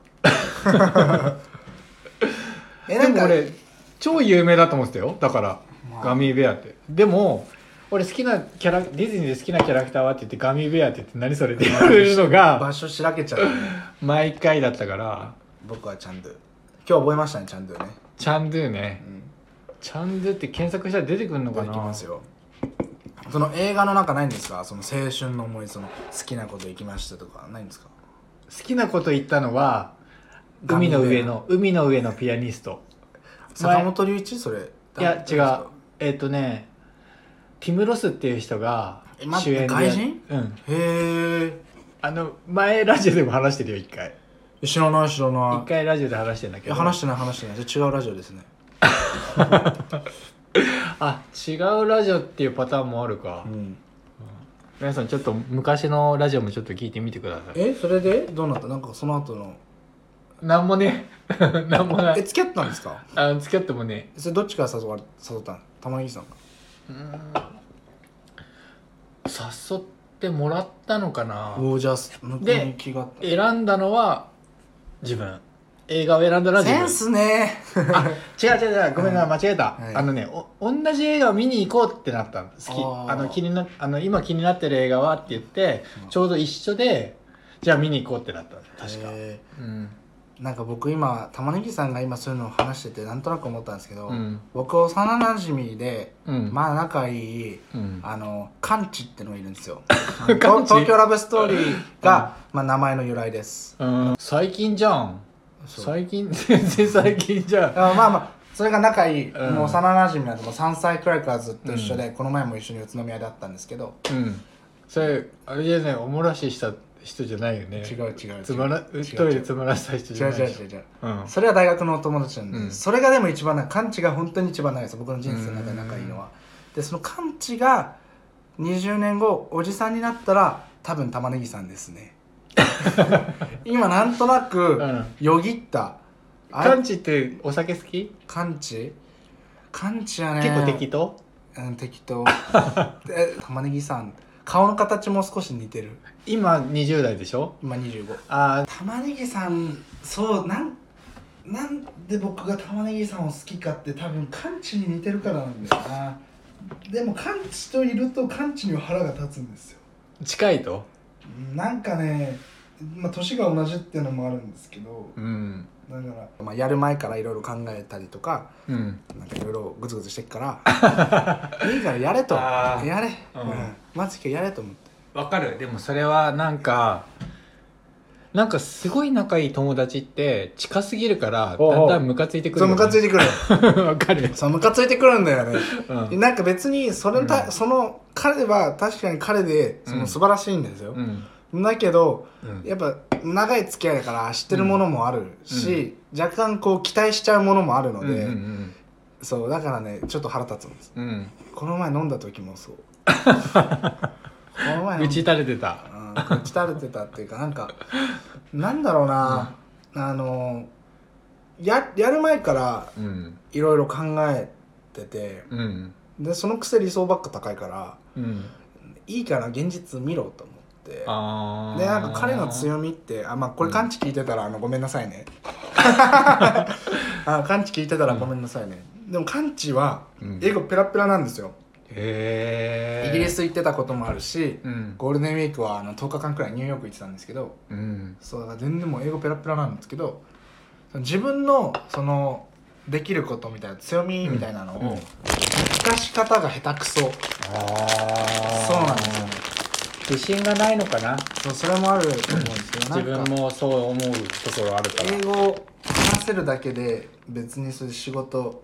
Speaker 2: え
Speaker 1: で
Speaker 2: なん
Speaker 1: も
Speaker 2: か
Speaker 1: 俺超有名だと思ってたよだから、
Speaker 2: まあ
Speaker 1: ガミベアってでも俺好きなキャラディズニーで好きなキャラクターはって言ってガミベアって言って何それって言われるのが
Speaker 2: 場所しらけちゃうね
Speaker 1: 毎回だったから
Speaker 2: 僕はチャンドゥ今日覚えましたねチャンドゥね
Speaker 1: チャンドゥね
Speaker 2: うん
Speaker 1: チャンドゥって検索したら出てくるのか
Speaker 2: い
Speaker 1: な
Speaker 2: きますよその映画の中ないんですかその青春の思いその好きなこと行きましたとかないんですか
Speaker 1: 好きなこと言ったのは
Speaker 2: ガミ
Speaker 1: 海
Speaker 2: ベア
Speaker 1: の上の海の上のピアニスト
Speaker 2: 坂本龍一それ
Speaker 1: いや違うえっ、とねティム・ロスっていう人が
Speaker 2: え待
Speaker 1: 主
Speaker 2: っ
Speaker 1: 演
Speaker 2: て
Speaker 1: で
Speaker 2: 外人
Speaker 1: うん
Speaker 2: へ
Speaker 1: あの前ラジオでも話してるよ一回
Speaker 2: え知らない知ら
Speaker 1: 一
Speaker 2: ない
Speaker 1: 回ラジオで話してんだ
Speaker 2: い
Speaker 1: け
Speaker 2: や
Speaker 1: ど
Speaker 2: 話してない話してないじゃあ違うラジオですね
Speaker 1: あ違うラジオっていうパターンもあるか、
Speaker 2: うん
Speaker 1: 皆さんちょっと昔のラジオもちょっと聞いてみてください
Speaker 2: えそれでどうなったなんかその後の
Speaker 1: なんもね なんもな
Speaker 2: え
Speaker 1: い
Speaker 2: 付き合ってたんですか
Speaker 1: あの付き合ってもね
Speaker 2: それどっちから誘われ誘ったの玉木さんか
Speaker 1: 誘ってもらったのかな
Speaker 2: おーじゃあ向こうに気があった
Speaker 1: 選んだのは自分映画を選んだのは自
Speaker 2: セン
Speaker 1: 分
Speaker 2: スね
Speaker 1: 違う違う違うごめんな間違えた、
Speaker 2: はい
Speaker 1: あのねお同じ映画を見に行こうってなったの好き
Speaker 2: あ
Speaker 1: あ
Speaker 2: ー
Speaker 1: の気になあの今気になってる映画はって言って、
Speaker 2: うん
Speaker 1: ちょうど一緒でじゃあ見に行こうってなったの確か、
Speaker 2: へ
Speaker 1: うん
Speaker 2: ーなんか僕今玉ねぎさんが今そういうのを話しててなんとなく思ったんですけど、
Speaker 1: うん
Speaker 2: 僕幼なじみで
Speaker 1: うん
Speaker 2: まあ仲いい
Speaker 1: うん
Speaker 2: あのカンチってのがいるんですよ
Speaker 1: カンチ
Speaker 2: 東東京ラブストーリーが、まあ、名前の由来です
Speaker 1: うん最近じゃん
Speaker 2: そう
Speaker 1: 最近 全然最近じゃん
Speaker 2: あまあまあそれが仲いい、
Speaker 1: うん
Speaker 2: もう幼なじみなんでもう3歳くらいからずっと一緒で、この前も一緒に宇都宮で会ったんですけど、
Speaker 1: うんそれあれじゃないおもらしした人じゃないよね
Speaker 2: 違う違う違う
Speaker 1: つまら
Speaker 2: 違う
Speaker 1: トイレつまらせた人じ
Speaker 2: 違
Speaker 1: ゃ
Speaker 2: う
Speaker 1: ない
Speaker 2: 違う違う違う
Speaker 1: うん
Speaker 2: それは大学のお友達なんで、
Speaker 1: うん
Speaker 2: それがでも一番なカンチが本当に一番長いです僕の人生の中で仲いいのはでそのカンチが20年後おじさんになったら多分玉ねぎさんですね 今なんとなく
Speaker 1: うん
Speaker 2: よぎった、あれ
Speaker 1: カンチってお酒好き
Speaker 2: カンチカンチやね
Speaker 1: 結構適当
Speaker 2: うん適当 え玉ねぎさん顔の形も少し似てる
Speaker 1: 今20代でしょ
Speaker 2: 今25
Speaker 1: あー
Speaker 2: 玉ねぎさんそうなんなんで僕が玉ねぎさんを好きかって多分カンチに似てるからなんだよなでもカンチといるとカンチには腹が立つんですよ
Speaker 1: 近いと
Speaker 2: なんかねまあ年が同じっていうのもあるんですけど
Speaker 1: うん
Speaker 2: だから、まあ、やる前からいろいろ考えたりとか
Speaker 1: うん
Speaker 2: なんかいろいろグツグツしてっからいいから やれと
Speaker 1: あー
Speaker 2: やれ、
Speaker 1: う
Speaker 2: うんんまず今日やれと思って
Speaker 1: わかるでもそれはなんかなんかすごい仲いい友達って近すぎるから
Speaker 2: おう
Speaker 1: だ
Speaker 2: お
Speaker 1: ん
Speaker 2: う
Speaker 1: だんムカついてくる
Speaker 2: そうムカついてくる
Speaker 1: る わかる、
Speaker 2: そうムカついてくるんだよね
Speaker 1: うん
Speaker 2: なんか別にそれた、
Speaker 1: うんそ
Speaker 2: その彼は確かに彼で
Speaker 1: そ
Speaker 2: そ
Speaker 1: の
Speaker 2: の
Speaker 1: 素
Speaker 2: 素晴らしいんですよ、
Speaker 1: うん
Speaker 2: だけど
Speaker 1: うん
Speaker 2: やっぱ長い付き合いだから知ってるものもあるし、若干こう期待しちゃうものもあるので、
Speaker 1: うん
Speaker 2: そうだからねちょっと腹立つんです
Speaker 1: うんうん
Speaker 2: この前飲んだ時もそう この前
Speaker 1: うん
Speaker 2: 飲
Speaker 1: 打
Speaker 2: ん
Speaker 1: ち
Speaker 2: だ
Speaker 1: 垂れてた
Speaker 2: うん打ち垂れてたっていうかなんかなんだろうな、あのややる前から
Speaker 1: うん
Speaker 2: いろいろ考えてて
Speaker 1: うん
Speaker 2: でそのくせ理想ばっか高いから
Speaker 1: うん
Speaker 2: いいから現実見ろと思って
Speaker 1: あー
Speaker 2: でなんか彼の強みってあまあこれ
Speaker 1: うん
Speaker 2: 感知聞いてたら、あのごめんなさいねあカンチ聞いてたらごめんなさいね、でもカンチは英語ペラペラなんですよ、
Speaker 1: へえ
Speaker 2: イギリス行ってたこともあるし、
Speaker 1: うん
Speaker 2: ゴールデンウィークはあの10日間くらいニューヨーク行ってたんですけど
Speaker 1: うん
Speaker 2: そうだから全然もう英語ペラペラなんですけどその自分のそのできることみたいな強みみたいなの
Speaker 1: うん
Speaker 2: を生かし方が下手く
Speaker 1: あ
Speaker 2: そ、
Speaker 1: あ
Speaker 2: そうなんですよね
Speaker 1: 自信がないのかな
Speaker 2: そうそれもあると思うんですけど
Speaker 1: 自分
Speaker 2: なんか
Speaker 1: もそう思うところあるから
Speaker 2: 英語を話せるだけで別にそういう仕事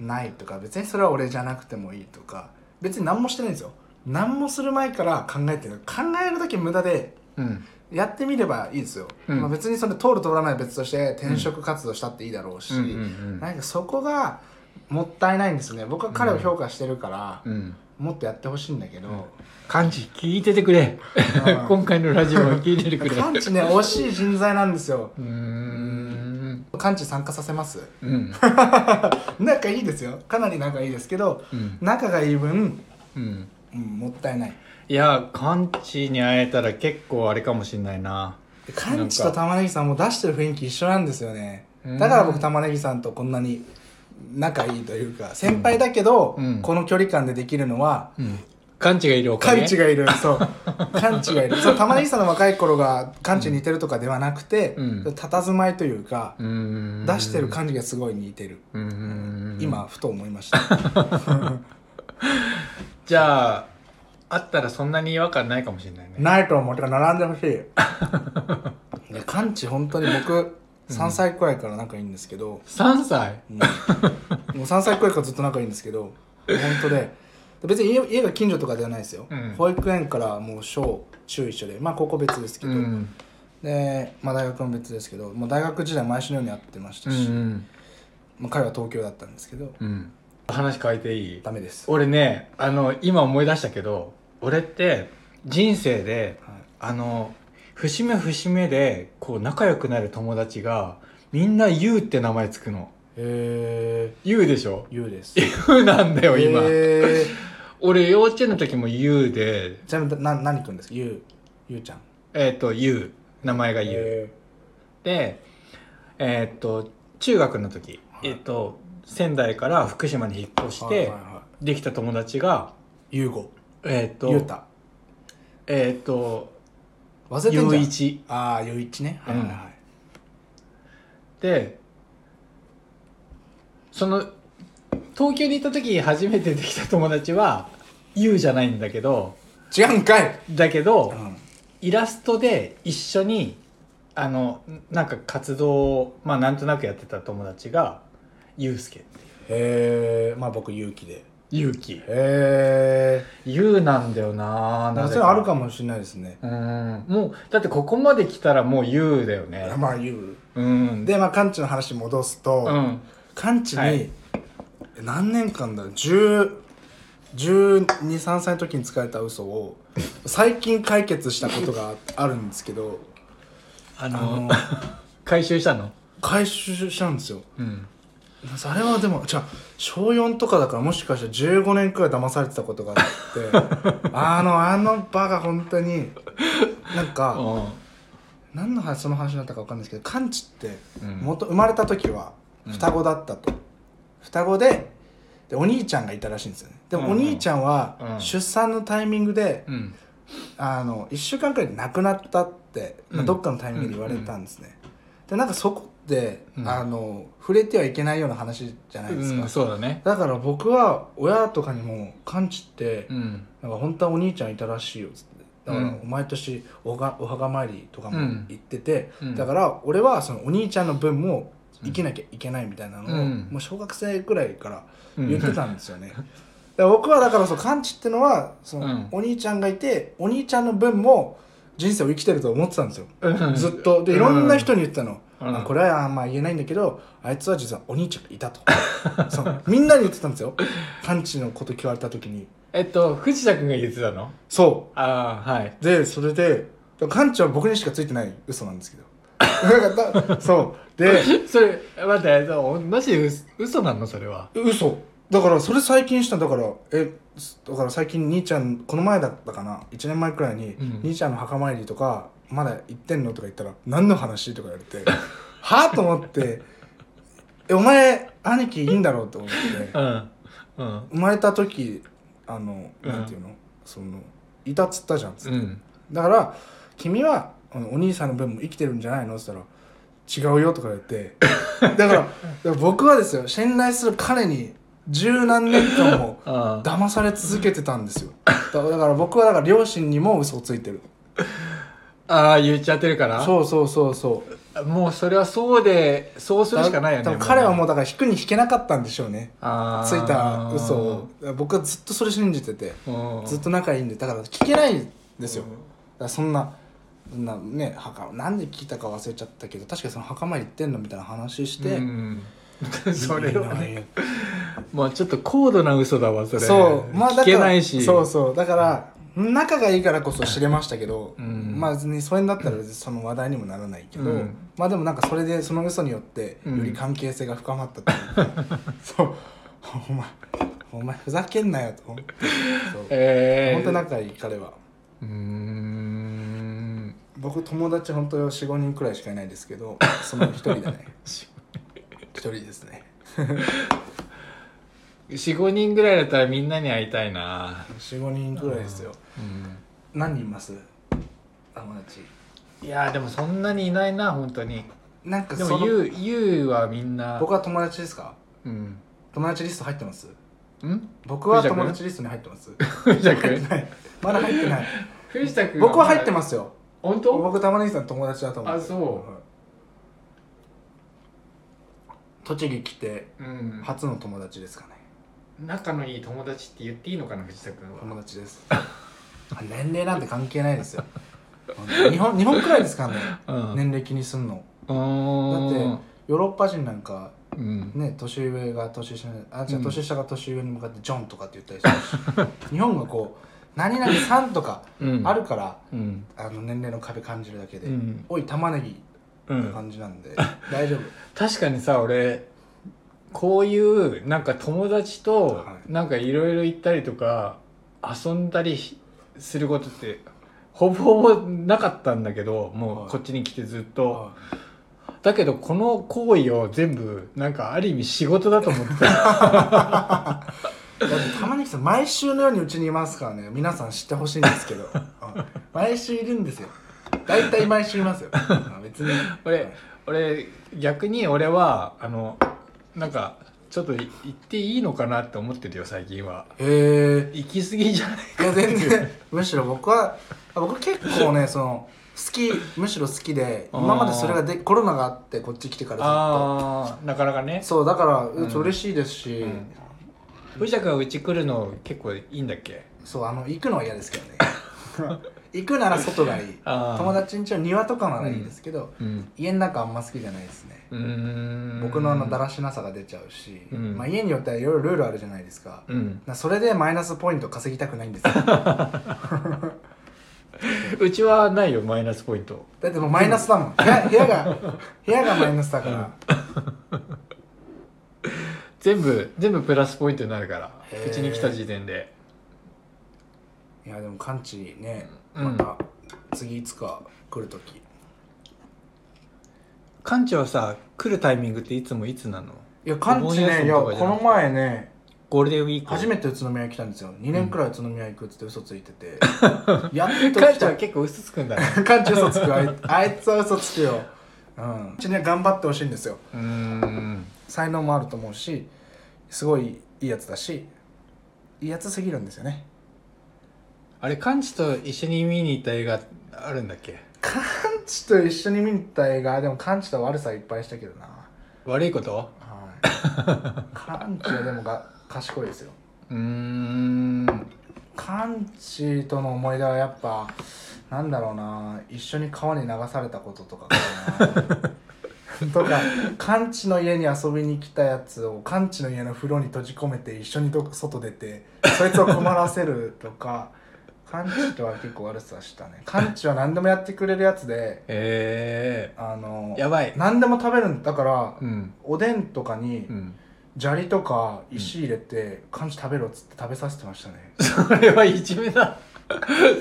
Speaker 2: ないとか別にそれは俺じゃなくてもいいとか別に何もしてないんですよ何もする前から考えてる考えるだけ無駄で
Speaker 1: うん
Speaker 2: やってみればいいですよ、
Speaker 1: うん
Speaker 2: まあ、別にそれ通る通らないは別として転職活動したっていいだろうし、
Speaker 1: うんうん
Speaker 2: なんかそこがもったいないんですね僕は彼を評価してるから、
Speaker 1: うんうん
Speaker 2: もっとやってほしいんだけど、
Speaker 3: 漢字聞いててくれ
Speaker 2: うん
Speaker 3: 今回のラジオは聞いててくれ
Speaker 2: 完治ね惜しい人材なんですよ
Speaker 1: うーん
Speaker 2: 完治参加させます
Speaker 1: うん
Speaker 2: 仲いいですよかなり仲いいですけど
Speaker 1: うん
Speaker 2: 仲がいい分、
Speaker 1: うん
Speaker 2: うん、もったいない
Speaker 1: いやカンチに会えたら結構あれかもしんないな
Speaker 2: カンチと玉ねぎさんも出してる雰囲気一緒なんですよね
Speaker 1: うん
Speaker 2: だから僕玉ねぎさんとこんなに仲いいというか先輩だけど、
Speaker 1: うん
Speaker 2: この距離感でできるのは
Speaker 1: うんカンチがいるおか
Speaker 2: カ
Speaker 1: げ
Speaker 2: ンチがいるそうカンチがいるそう玉ねぎさんの若い頃がカンチに似てるとかではなくて、
Speaker 1: うん
Speaker 2: 佇まいというか、
Speaker 1: うーん
Speaker 2: 出してる感じがすごい似てる、
Speaker 1: うーん
Speaker 2: 今ふと思いました
Speaker 1: じゃあ会ったらそんなに違和感ないかもしれないね
Speaker 2: ないと思うてか並んでほし いいやカンチ本当に僕3歳くらいから仲いいんですけど、
Speaker 1: 3歳
Speaker 2: もうもう3歳くらいからずっと仲いいんですけど本当で別に家家が近所とかではないですよ、
Speaker 1: うん
Speaker 2: 保育園からもう小中一緒でまあ高校別ですけど、
Speaker 1: うん
Speaker 2: で、まあ、大学も別ですけどもう大学時代毎週のように会ってまし
Speaker 1: う
Speaker 2: たし、
Speaker 1: ん
Speaker 2: まあ、彼は東京だったんですけど
Speaker 1: うん話変えていい
Speaker 2: ダメです、
Speaker 1: 俺ねあの今思い出したけど俺って人生で
Speaker 2: はい
Speaker 1: あの節目節目でこう仲良くなる友達がみんな「ゆう」って名前つくの
Speaker 2: え
Speaker 1: 「ゆう」でしょ
Speaker 2: ー、ゆうです
Speaker 1: 「ゆう」なんだよ今、
Speaker 2: えー
Speaker 1: 俺幼稚園の時も「ゆうで」
Speaker 2: ちなみにな何くんですかゆうゆうちゃん
Speaker 1: えっ、と「ゆう」名前が「ゆう」
Speaker 2: え
Speaker 1: でえっ、と中学の時、えっ、と仙台から福島に引っ越
Speaker 2: ー
Speaker 1: し
Speaker 2: はい
Speaker 1: て
Speaker 2: はいは
Speaker 1: できた友達が
Speaker 2: いゆうご
Speaker 1: えっ、
Speaker 2: ゆう
Speaker 1: と
Speaker 2: た
Speaker 1: えっ、と
Speaker 2: 忘れてん
Speaker 1: ゆう
Speaker 2: じゃ
Speaker 1: い
Speaker 2: ん
Speaker 1: ち
Speaker 2: ああゆういちねはいはいはい、
Speaker 1: でその東京に行った時初めてできた友達は YOU じゃないんだけど
Speaker 2: 違うんかい、
Speaker 1: だけど
Speaker 2: うん
Speaker 1: イラストで一緒にあのなんか活動を、まあ、なんとなくやってた友達がユウスケ
Speaker 2: へえまあ僕勇気でへ
Speaker 1: ユウキ
Speaker 2: え
Speaker 1: ユウなんだよな
Speaker 2: それあるかもしれないですね
Speaker 1: うんもうだってここまで来たらもう YOU だよね
Speaker 2: まあ言
Speaker 1: うん
Speaker 2: うでまあカンチの話に戻す
Speaker 1: う
Speaker 2: と、
Speaker 1: ん
Speaker 2: カンチに、
Speaker 1: はい
Speaker 2: 何年間だろう10 1213歳の時に使えた嘘を最近解決したことがあるんですけど
Speaker 1: あ
Speaker 2: あ
Speaker 1: の
Speaker 2: の
Speaker 1: 回収したの
Speaker 2: 回収したんですよ
Speaker 1: うん
Speaker 2: あれはでもじゃあ小4とかだからもしかしたら15年くらい騙されてたことが あってあのあの場が本当になんか、何の話その話になったか分かんないですけどカンチって
Speaker 1: うん
Speaker 2: 元生まれた時は双子だったと、双子ででお兄ちゃんがいたらしいんですよねで
Speaker 1: うん
Speaker 2: も
Speaker 1: う
Speaker 2: お
Speaker 1: ん
Speaker 2: 兄ちゃん
Speaker 1: う
Speaker 2: は
Speaker 1: ん
Speaker 2: 出産のタイミングで、
Speaker 1: うん
Speaker 2: あの1週間くらいで亡くなったって、ま
Speaker 1: う
Speaker 2: あ、
Speaker 1: ん
Speaker 2: どっかのタイミングで言われたんですね、でなんかそこって、
Speaker 1: うん
Speaker 2: あの触れてはいけないような話じゃないですか、
Speaker 1: うん、そうだね
Speaker 2: だから僕は親とかにも「カンチって
Speaker 1: うん
Speaker 2: なんか本当はお兄ちゃんいたらしいよっつってだか
Speaker 1: う
Speaker 2: ら
Speaker 1: ん
Speaker 2: 毎年おがお墓参りとかも
Speaker 1: うん
Speaker 2: 行ってて、
Speaker 1: うん
Speaker 2: だから俺はそのお兄ちゃんの分も生きなきゃいけないみたいなのを、
Speaker 1: うん
Speaker 2: もう小学生くらいから言ってたんですよね、 だか
Speaker 1: う
Speaker 2: ら僕はだからそう完治ってのはその、
Speaker 1: うん
Speaker 2: お兄ちゃんがいてお兄ちゃんの分も人生を生きてると思ってたんですよ、
Speaker 1: うん
Speaker 2: ずっとでいろんな人に言ってたの、
Speaker 1: うん
Speaker 2: あこれはあんま言えないんだけどあいつは実はお兄ちゃんがいたとそうみんなに言ってたんですよ完治のこと聞かれた時に
Speaker 1: えっと藤田君が言ってたの
Speaker 2: そう
Speaker 1: ああはい
Speaker 2: でそれで館長は僕にしかついてない嘘なんですけどなんかだ そうで
Speaker 1: それ待ってマジで嘘嘘なのそれは
Speaker 2: 嘘だからそれ最近しただからえだから最近兄ちゃんこの前だったかな1年前くらいに、
Speaker 1: うん
Speaker 2: 兄ちゃんの墓参りとかまだ行ってんのとか言ったら何の話とか言われて はと思ってえお前兄貴いいんだろうと思って
Speaker 1: うんうん
Speaker 2: 生まれた時あの
Speaker 1: うん
Speaker 2: なんていうの、そのいたっつったじゃんっつって
Speaker 1: うん
Speaker 2: だから「君はあのお兄さんの分も生きてるんじゃないの?」っつったら「違うよ」とか言って だからだから僕はですよ信頼する彼に十何年間も
Speaker 1: ああ
Speaker 2: 騙され続けてたんですよだだから僕はだから両親にも嘘をついてる
Speaker 1: ああ言っちゃってるから
Speaker 2: そうそうそうそう
Speaker 1: もうそれはそうでそうするしかないよ
Speaker 2: だ
Speaker 1: ね
Speaker 2: から彼はもう
Speaker 1: う
Speaker 2: だから引くに引けなかったんでしょうね
Speaker 1: ああ
Speaker 2: ついた嘘を僕はずっとそれ信じてて
Speaker 1: うん
Speaker 2: ずっと仲いいんでだから聞けないんですよ、
Speaker 1: うん
Speaker 2: だからそんなそんなね墓なんで聞いたか忘れちゃったけど確かにその墓参り行ってんのみたいな話して、
Speaker 1: うんそれはね
Speaker 2: いいな
Speaker 1: まあちょっと高度な嘘だわそれ
Speaker 2: そうまあだか
Speaker 1: 聞
Speaker 2: ら
Speaker 1: けないし
Speaker 2: そうそうだから仲がいいからこそ知れましたけど、
Speaker 1: うん
Speaker 2: まあ別に疎遠だったら別にその話題にもならないけど、
Speaker 1: うん
Speaker 2: まあでもなんかそれでその嘘によって
Speaker 1: うん
Speaker 2: より関係性が深まったという か、そうお前お前ふざけんなよと思ってそう、
Speaker 1: ええ
Speaker 2: 本当仲いい彼は
Speaker 1: うーん
Speaker 2: 僕友達本当45人くらいしかいないですけどその一人でね一人ですね
Speaker 1: 45人ぐらいだったらみんなに会いたいな、
Speaker 2: 45人くらいですよ何人います友達
Speaker 1: いやーでもそんなにいないな本当に
Speaker 2: なんか
Speaker 1: で
Speaker 2: そ
Speaker 1: も
Speaker 2: の
Speaker 1: ゆうゆうはみんな
Speaker 2: 僕は友達ですか
Speaker 1: うん
Speaker 2: 友達リスト入ってます
Speaker 1: ん
Speaker 2: 僕は
Speaker 1: 藤田君
Speaker 2: 友達リストに入ってます
Speaker 1: 藤田
Speaker 2: 入っ
Speaker 1: 君
Speaker 2: てないまだ入ってない
Speaker 1: 藤田君
Speaker 2: 僕は入ってますすよ
Speaker 1: 本当
Speaker 2: 僕玉ねぎさん友達だと思う
Speaker 1: あそう
Speaker 2: はい栃木来て
Speaker 1: うん
Speaker 2: 初の友達ですかね
Speaker 1: 仲のいい友達って言っていいのかな藤田君は
Speaker 2: 友達です 年齢なんて関係ないですよ日本日本くらいですからね
Speaker 1: うん
Speaker 2: 年齢気にすんの
Speaker 1: うーん
Speaker 2: だヨーロッパ人なんか
Speaker 1: うん
Speaker 2: ね年上が年下あじゃあ
Speaker 1: うん
Speaker 2: 年下が年上に向かってジョンとかって言ったりする し日本がこう何々さんとか
Speaker 1: うん
Speaker 2: あるから、
Speaker 1: うん
Speaker 2: あの年齢の壁感じるだけで、
Speaker 1: うん
Speaker 2: おい玉ねぎ
Speaker 1: う
Speaker 2: って
Speaker 1: ん
Speaker 2: 感じなんで、大丈夫
Speaker 1: 確かにさ俺こういうなんか友達と
Speaker 2: は
Speaker 1: なんかいろいろ行ったりとか遊んだりしすることってほぼほぼなかったんだけども
Speaker 2: は
Speaker 1: う
Speaker 2: い
Speaker 1: こっちに来てずっと
Speaker 2: は
Speaker 1: だけどこの行為を全部なんかある意味仕事だと思ってた
Speaker 2: いだって玉ねぎさん毎週のようにうちにいますからね皆さん知ってほしいんですけ どうん毎週いるんですよ大体毎週いますよ うん別に
Speaker 1: 俺俺逆に俺はあのなんかちょっとい行っていいのかなって思ってるよ最近は
Speaker 2: へえ
Speaker 1: 行き過ぎじゃない
Speaker 2: いや全然むしろ僕はあ僕結構ねその好きむしろ好きで
Speaker 1: あー
Speaker 2: 今までそれがでコロナがあってこっち来てから
Speaker 1: ああなかなかね
Speaker 2: ずっとそうだから、うんち嬉しいですし、
Speaker 1: うん藤田君はうち来るの結構いいんだっけ
Speaker 2: そうあの行くのは嫌ですけどね 行くなら外がいい
Speaker 1: あー
Speaker 2: 友達ん家の庭とかならいいですけど、
Speaker 1: うん
Speaker 2: 家の中あんま好きじゃないですね
Speaker 1: うーん
Speaker 2: 僕のあのだらしなさが出ちゃうし、
Speaker 1: うん
Speaker 2: まあ、家によってはいろいろルールあるじゃないですか,、
Speaker 1: うん、
Speaker 2: それでマイナスポイント稼ぎたくないんですよ
Speaker 1: うちはないよマイナスポイント
Speaker 2: だってもうマイナスだもん部屋部屋が 部屋がマイナスだから、
Speaker 1: 全部全部プラスポイントになるから
Speaker 2: へー
Speaker 1: うちに来た時点で
Speaker 2: いやでも完治ね、
Speaker 1: うん
Speaker 2: また次いつか来るときい
Speaker 1: 館長はさ来るタイミングっていつもいつなの
Speaker 2: や完治
Speaker 1: お盆休
Speaker 2: ねい
Speaker 1: み
Speaker 2: や
Speaker 1: とかじゃなくて
Speaker 2: この前ね
Speaker 1: ゴールデンウィーク
Speaker 2: 初めて宇都宮来たんですよ2年くらい宇都宮行くっつって嘘つい てて、やっ
Speaker 1: 館
Speaker 2: と来
Speaker 1: 長
Speaker 2: た
Speaker 1: は結構嘘つくんだね
Speaker 2: 完治嘘つくあいあいつは嘘つくようんうちには頑張ってほしいんですよ
Speaker 1: うーん
Speaker 2: 才能もあると思うしすごいいいやつだしいいやつすぎるんですよね
Speaker 1: あれ館長と一緒に見に行った映画あるんだっけ
Speaker 2: 完治と一緒に見に行った映画でも完治と悪さいっぱいしたけどな
Speaker 1: 悪いこと
Speaker 2: はい完治はでもが賢いですよ
Speaker 1: うーん
Speaker 2: カンチとの思い出はやっぱなんだろうな一緒に川に流されたこととか かなとかカンチの家に遊びに来たやつをカンチの家の風呂に閉じ込めて一緒にど外出てそいつを困らせるとかカンチとは結構悪さしたねカンチは何でもやってくれるやつで
Speaker 1: え
Speaker 2: あの
Speaker 1: ー、やばい
Speaker 2: 何でも食べるんだから
Speaker 1: うん
Speaker 2: おでんとかに
Speaker 1: うん
Speaker 2: 砂利とか石入れて、カンチ食べろっつって食べさせてましたね
Speaker 1: それはいじめだ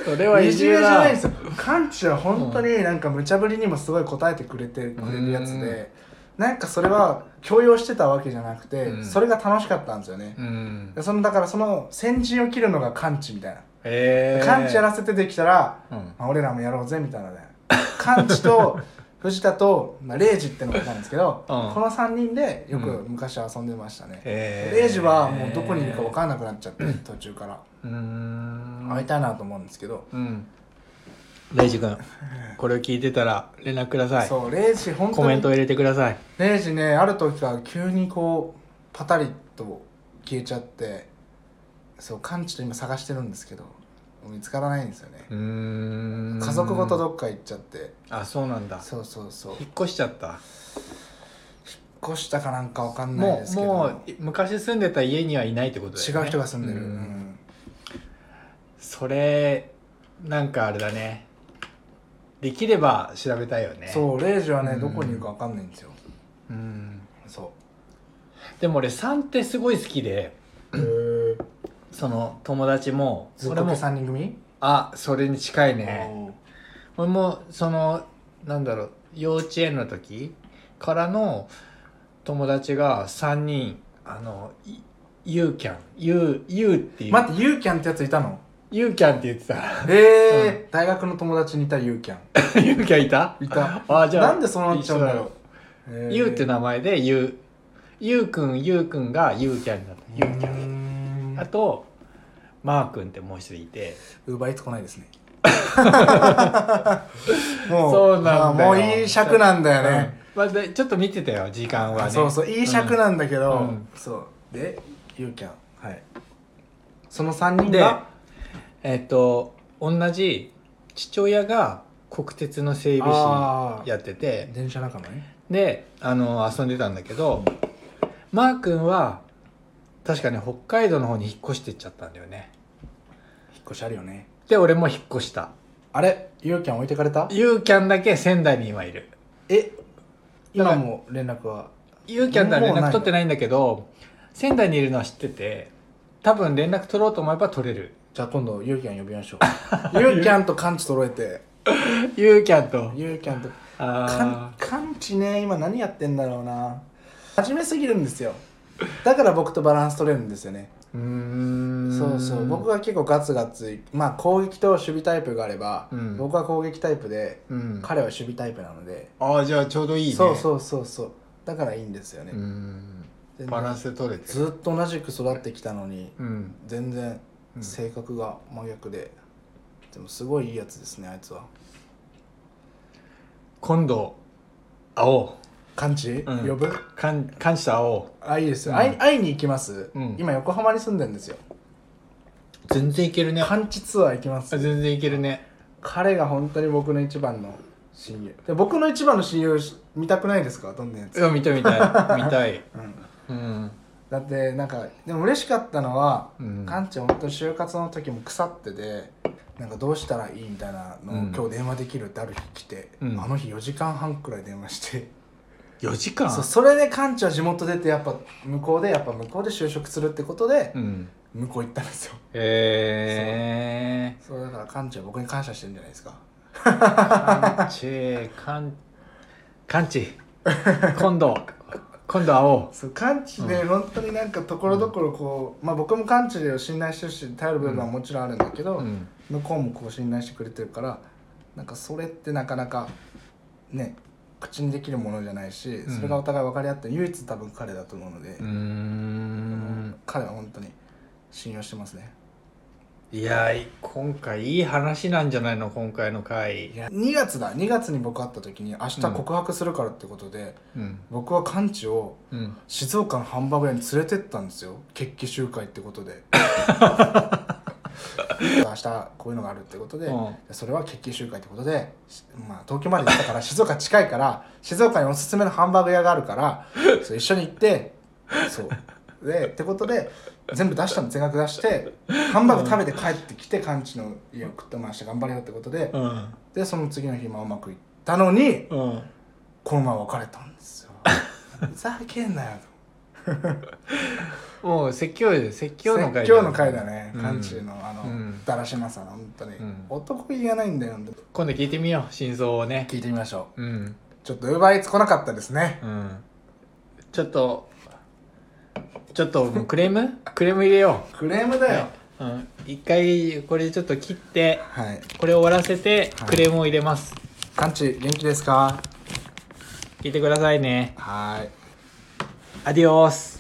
Speaker 3: それは
Speaker 2: 二
Speaker 3: 移
Speaker 2: 重
Speaker 3: 住
Speaker 2: じゃ
Speaker 3: だ
Speaker 2: ないんですよカンチは本当になんか無茶ぶりにもすごい答えてくれてくれるやつでなんかそれは強要してたわけじゃなくて、
Speaker 1: うん
Speaker 2: それが楽しかったんですよね
Speaker 1: う、ん
Speaker 2: そのだからその先陣を切るのがカンチみたいな、
Speaker 1: えー、
Speaker 2: カンチやらせてできたら、
Speaker 1: うん
Speaker 2: まあ、俺らもやろうぜ みたいなねカンチと藤田と、まあ、レイジってのがいたんですけど、
Speaker 1: うん
Speaker 2: この3人でよく
Speaker 1: う
Speaker 2: 昔は遊んでましたね、
Speaker 1: えー
Speaker 2: レイジはもうどこにいるか分かんなくなっちゃって、途中から
Speaker 1: うーん
Speaker 2: 会いたいなと思うんですけど、
Speaker 1: うんレイジ君これを聞いてたら連絡ください
Speaker 2: そうレイジ本
Speaker 1: コ
Speaker 2: 当
Speaker 1: メン
Speaker 2: に
Speaker 1: トを入れてください
Speaker 2: レイジねある時から急にこうパタリと消えちゃってそうカンチと今探してるんですけど見つからないんですよね
Speaker 1: うーん
Speaker 2: 家族ごとどっか行っちゃって
Speaker 1: あそうなんだ
Speaker 2: そうそうそう
Speaker 1: 引っ越しちゃった
Speaker 2: 越したかなんかわかんない
Speaker 1: も
Speaker 2: で
Speaker 1: う
Speaker 2: すけど
Speaker 1: もう昔住んでた家にはいないってことだよね
Speaker 2: 違う人が住んでる、
Speaker 1: う
Speaker 2: うん
Speaker 1: それなんかあれだねできれば調べたいよね
Speaker 2: そうレイジはね、
Speaker 1: うん
Speaker 2: どこにいるかわかんないんですよ
Speaker 1: うん
Speaker 2: そ
Speaker 1: でも俺3ってすごい好きで
Speaker 2: うへえ
Speaker 1: その友達も
Speaker 2: ず
Speaker 1: そ
Speaker 2: っ
Speaker 1: れ
Speaker 2: と
Speaker 1: も
Speaker 2: 3人組
Speaker 1: あそれに近いね俺もそのなんだろう幼稚園の時からの友達が3人あのいユーキャンユーユーっていう
Speaker 2: 待ってユーキャンってやついた の
Speaker 1: ユーキャンって言ってた
Speaker 2: ええ大学の友達にいたユーキャン
Speaker 1: ユーキャンいた
Speaker 2: いた
Speaker 1: あ じゃあ
Speaker 2: なんでそうなっちゃうんだろうへえ
Speaker 1: ユーって名前でユーユーくんユーくんがユーキャンになったユーキャンあ
Speaker 2: ン
Speaker 1: とマー君ってもう一人いて
Speaker 2: ウーバーイーツ来ないで すねも
Speaker 1: そうなんだよ
Speaker 2: あもういい尺なんだよね、、
Speaker 1: うんまあ、でちょっと見てたよ時間は
Speaker 2: あ
Speaker 1: ね
Speaker 2: そうそういい尺なんだけど、
Speaker 1: うんうん
Speaker 2: そうでユーキャンはいその3人
Speaker 1: で
Speaker 2: が
Speaker 1: えっ、と同じ父親が国鉄の整備
Speaker 2: あ
Speaker 1: 士
Speaker 2: ー
Speaker 1: やってて
Speaker 2: 電車仲間ね
Speaker 1: であの遊んでたんだけど、マー君は確かに北海道の方に引っ越してっちゃったんだよね
Speaker 2: 引っ越しあるよね
Speaker 1: で俺も引っ越した
Speaker 2: あれユーキャン置いてかれた
Speaker 1: ユーキャンだけ仙台に今いる
Speaker 2: え
Speaker 1: だか
Speaker 2: 今
Speaker 1: ら
Speaker 2: も連絡は
Speaker 1: ユーキャンとは連
Speaker 2: もうない
Speaker 1: 絡取ってないんだけど仙台にいるのは知ってて多分連絡取ろうと思えば取れる
Speaker 2: じゃあ今度ユーキャン呼びましょうユーキャンとカンチ揃えて
Speaker 1: ユーキャンと
Speaker 2: ユーキャンとカン
Speaker 1: あ
Speaker 2: カンチね今何やってんだろうな真面目すぎるんですよだから僕とバランス取れるんですよね
Speaker 1: ーうーん
Speaker 2: そうそう僕は結構ガツガツまあ攻撃と守備タイプがあれば、
Speaker 1: うん
Speaker 2: 僕は攻撃タイプで、
Speaker 1: うん
Speaker 2: 彼は守備タイプなので
Speaker 1: ああじゃあちょうどいいね
Speaker 2: そうそうそうそうだからいいんですよね、
Speaker 1: うん
Speaker 2: 全然
Speaker 1: バランスで取れてる
Speaker 2: ずっと同じく育ってきたのに
Speaker 1: うん
Speaker 2: 全然
Speaker 1: うん
Speaker 2: 性格が真逆で、でもすごいいいやつですねあいつは
Speaker 1: 今度会お
Speaker 2: カンチ、
Speaker 1: うん
Speaker 2: 呼ぶ
Speaker 1: うかん感謝会おう
Speaker 2: あいいですよ、
Speaker 1: うん
Speaker 2: 会い会いに行きます、
Speaker 1: うん
Speaker 2: 今横浜に住んでるんですよ
Speaker 1: 全然いけるね
Speaker 2: カンチツアー行きます
Speaker 1: 全然いけるね
Speaker 2: 彼が本当に僕の一番の親友で僕の一番の親友し見たくないですかどんなやつ、
Speaker 1: いや見たい見た い見たい
Speaker 2: うん
Speaker 1: うん
Speaker 2: だってなんかでも嬉しかったのは、
Speaker 1: うん
Speaker 2: カンチ本当に就活の時も腐っててなんかどうしたらいいみたいなのを、
Speaker 1: うん
Speaker 2: 今日電話できるってある日来て、
Speaker 1: うん
Speaker 2: あの日4時間半くらい電話して、
Speaker 1: 4時間
Speaker 2: そうそれでカンチは地元出てやっぱ向こうでやっぱ向こうで就職するってことで
Speaker 1: うん
Speaker 2: 向こう行ったんですよ、
Speaker 1: ええ
Speaker 2: そうだからカンチは僕に感謝してるんじゃないですか
Speaker 1: カンチカンカンチ今度今度会おう
Speaker 2: そうカンチね、本当になんかところどころこう、まあ僕もカンチを信頼してるし頼る部分はもちろんあるんだけど、
Speaker 1: うん
Speaker 2: 向こうもこう信頼してくれてるからなんかそれってなかなかね口にできるものじゃないし、
Speaker 1: ん
Speaker 2: それがお互い分かり合って唯一多分彼だと思うので、
Speaker 1: うーん
Speaker 2: 彼は本当に信用してますね
Speaker 1: いやい今回いい話なんじゃないの今回の回
Speaker 2: いや2月だ2月に僕会った時に明日告白するからってことで、
Speaker 1: うん
Speaker 2: 僕はカンチを
Speaker 1: うん
Speaker 2: 静岡のハンバーグ屋に連れてったんですよ決起集会ってことで 明日こういうのがあるってことで、
Speaker 1: うん
Speaker 2: それは決起集会ってことで、しまあ、東京まで行ったから静岡近いから静岡におすすめのハンバーグ屋があるからそう一緒に行ってそうでってことで全部出したの全額出してハンバーグ食べて帰ってきて完治の家を食ってました頑張れよってことで
Speaker 1: うん
Speaker 2: でその次の日もうまくいったのに
Speaker 1: うん
Speaker 2: この前別れたんですよふざけんなよと
Speaker 1: もう説教で説教の
Speaker 2: 説
Speaker 1: 回
Speaker 2: 教の回だね
Speaker 4: うん
Speaker 2: 漢中のあの、
Speaker 4: うん
Speaker 2: だらしなさの本当に、
Speaker 4: うん
Speaker 2: 男気がないんだよ本当に
Speaker 1: 今度聞いてみよう真相をね
Speaker 2: 聞いてみましょう
Speaker 4: うん
Speaker 2: ちょっとウーバーイーツ来なかったですね
Speaker 4: うん
Speaker 1: ちょっとちょっともうクレー ムクレーム入れよ
Speaker 2: クレームだよ
Speaker 1: う、うん、一回これちょっと切って
Speaker 2: はい
Speaker 1: これ終わらせて
Speaker 2: はい
Speaker 1: クレームを入れます、
Speaker 2: 漢中元気ですか
Speaker 1: 聞いてくださいね
Speaker 2: はーい
Speaker 1: アディオス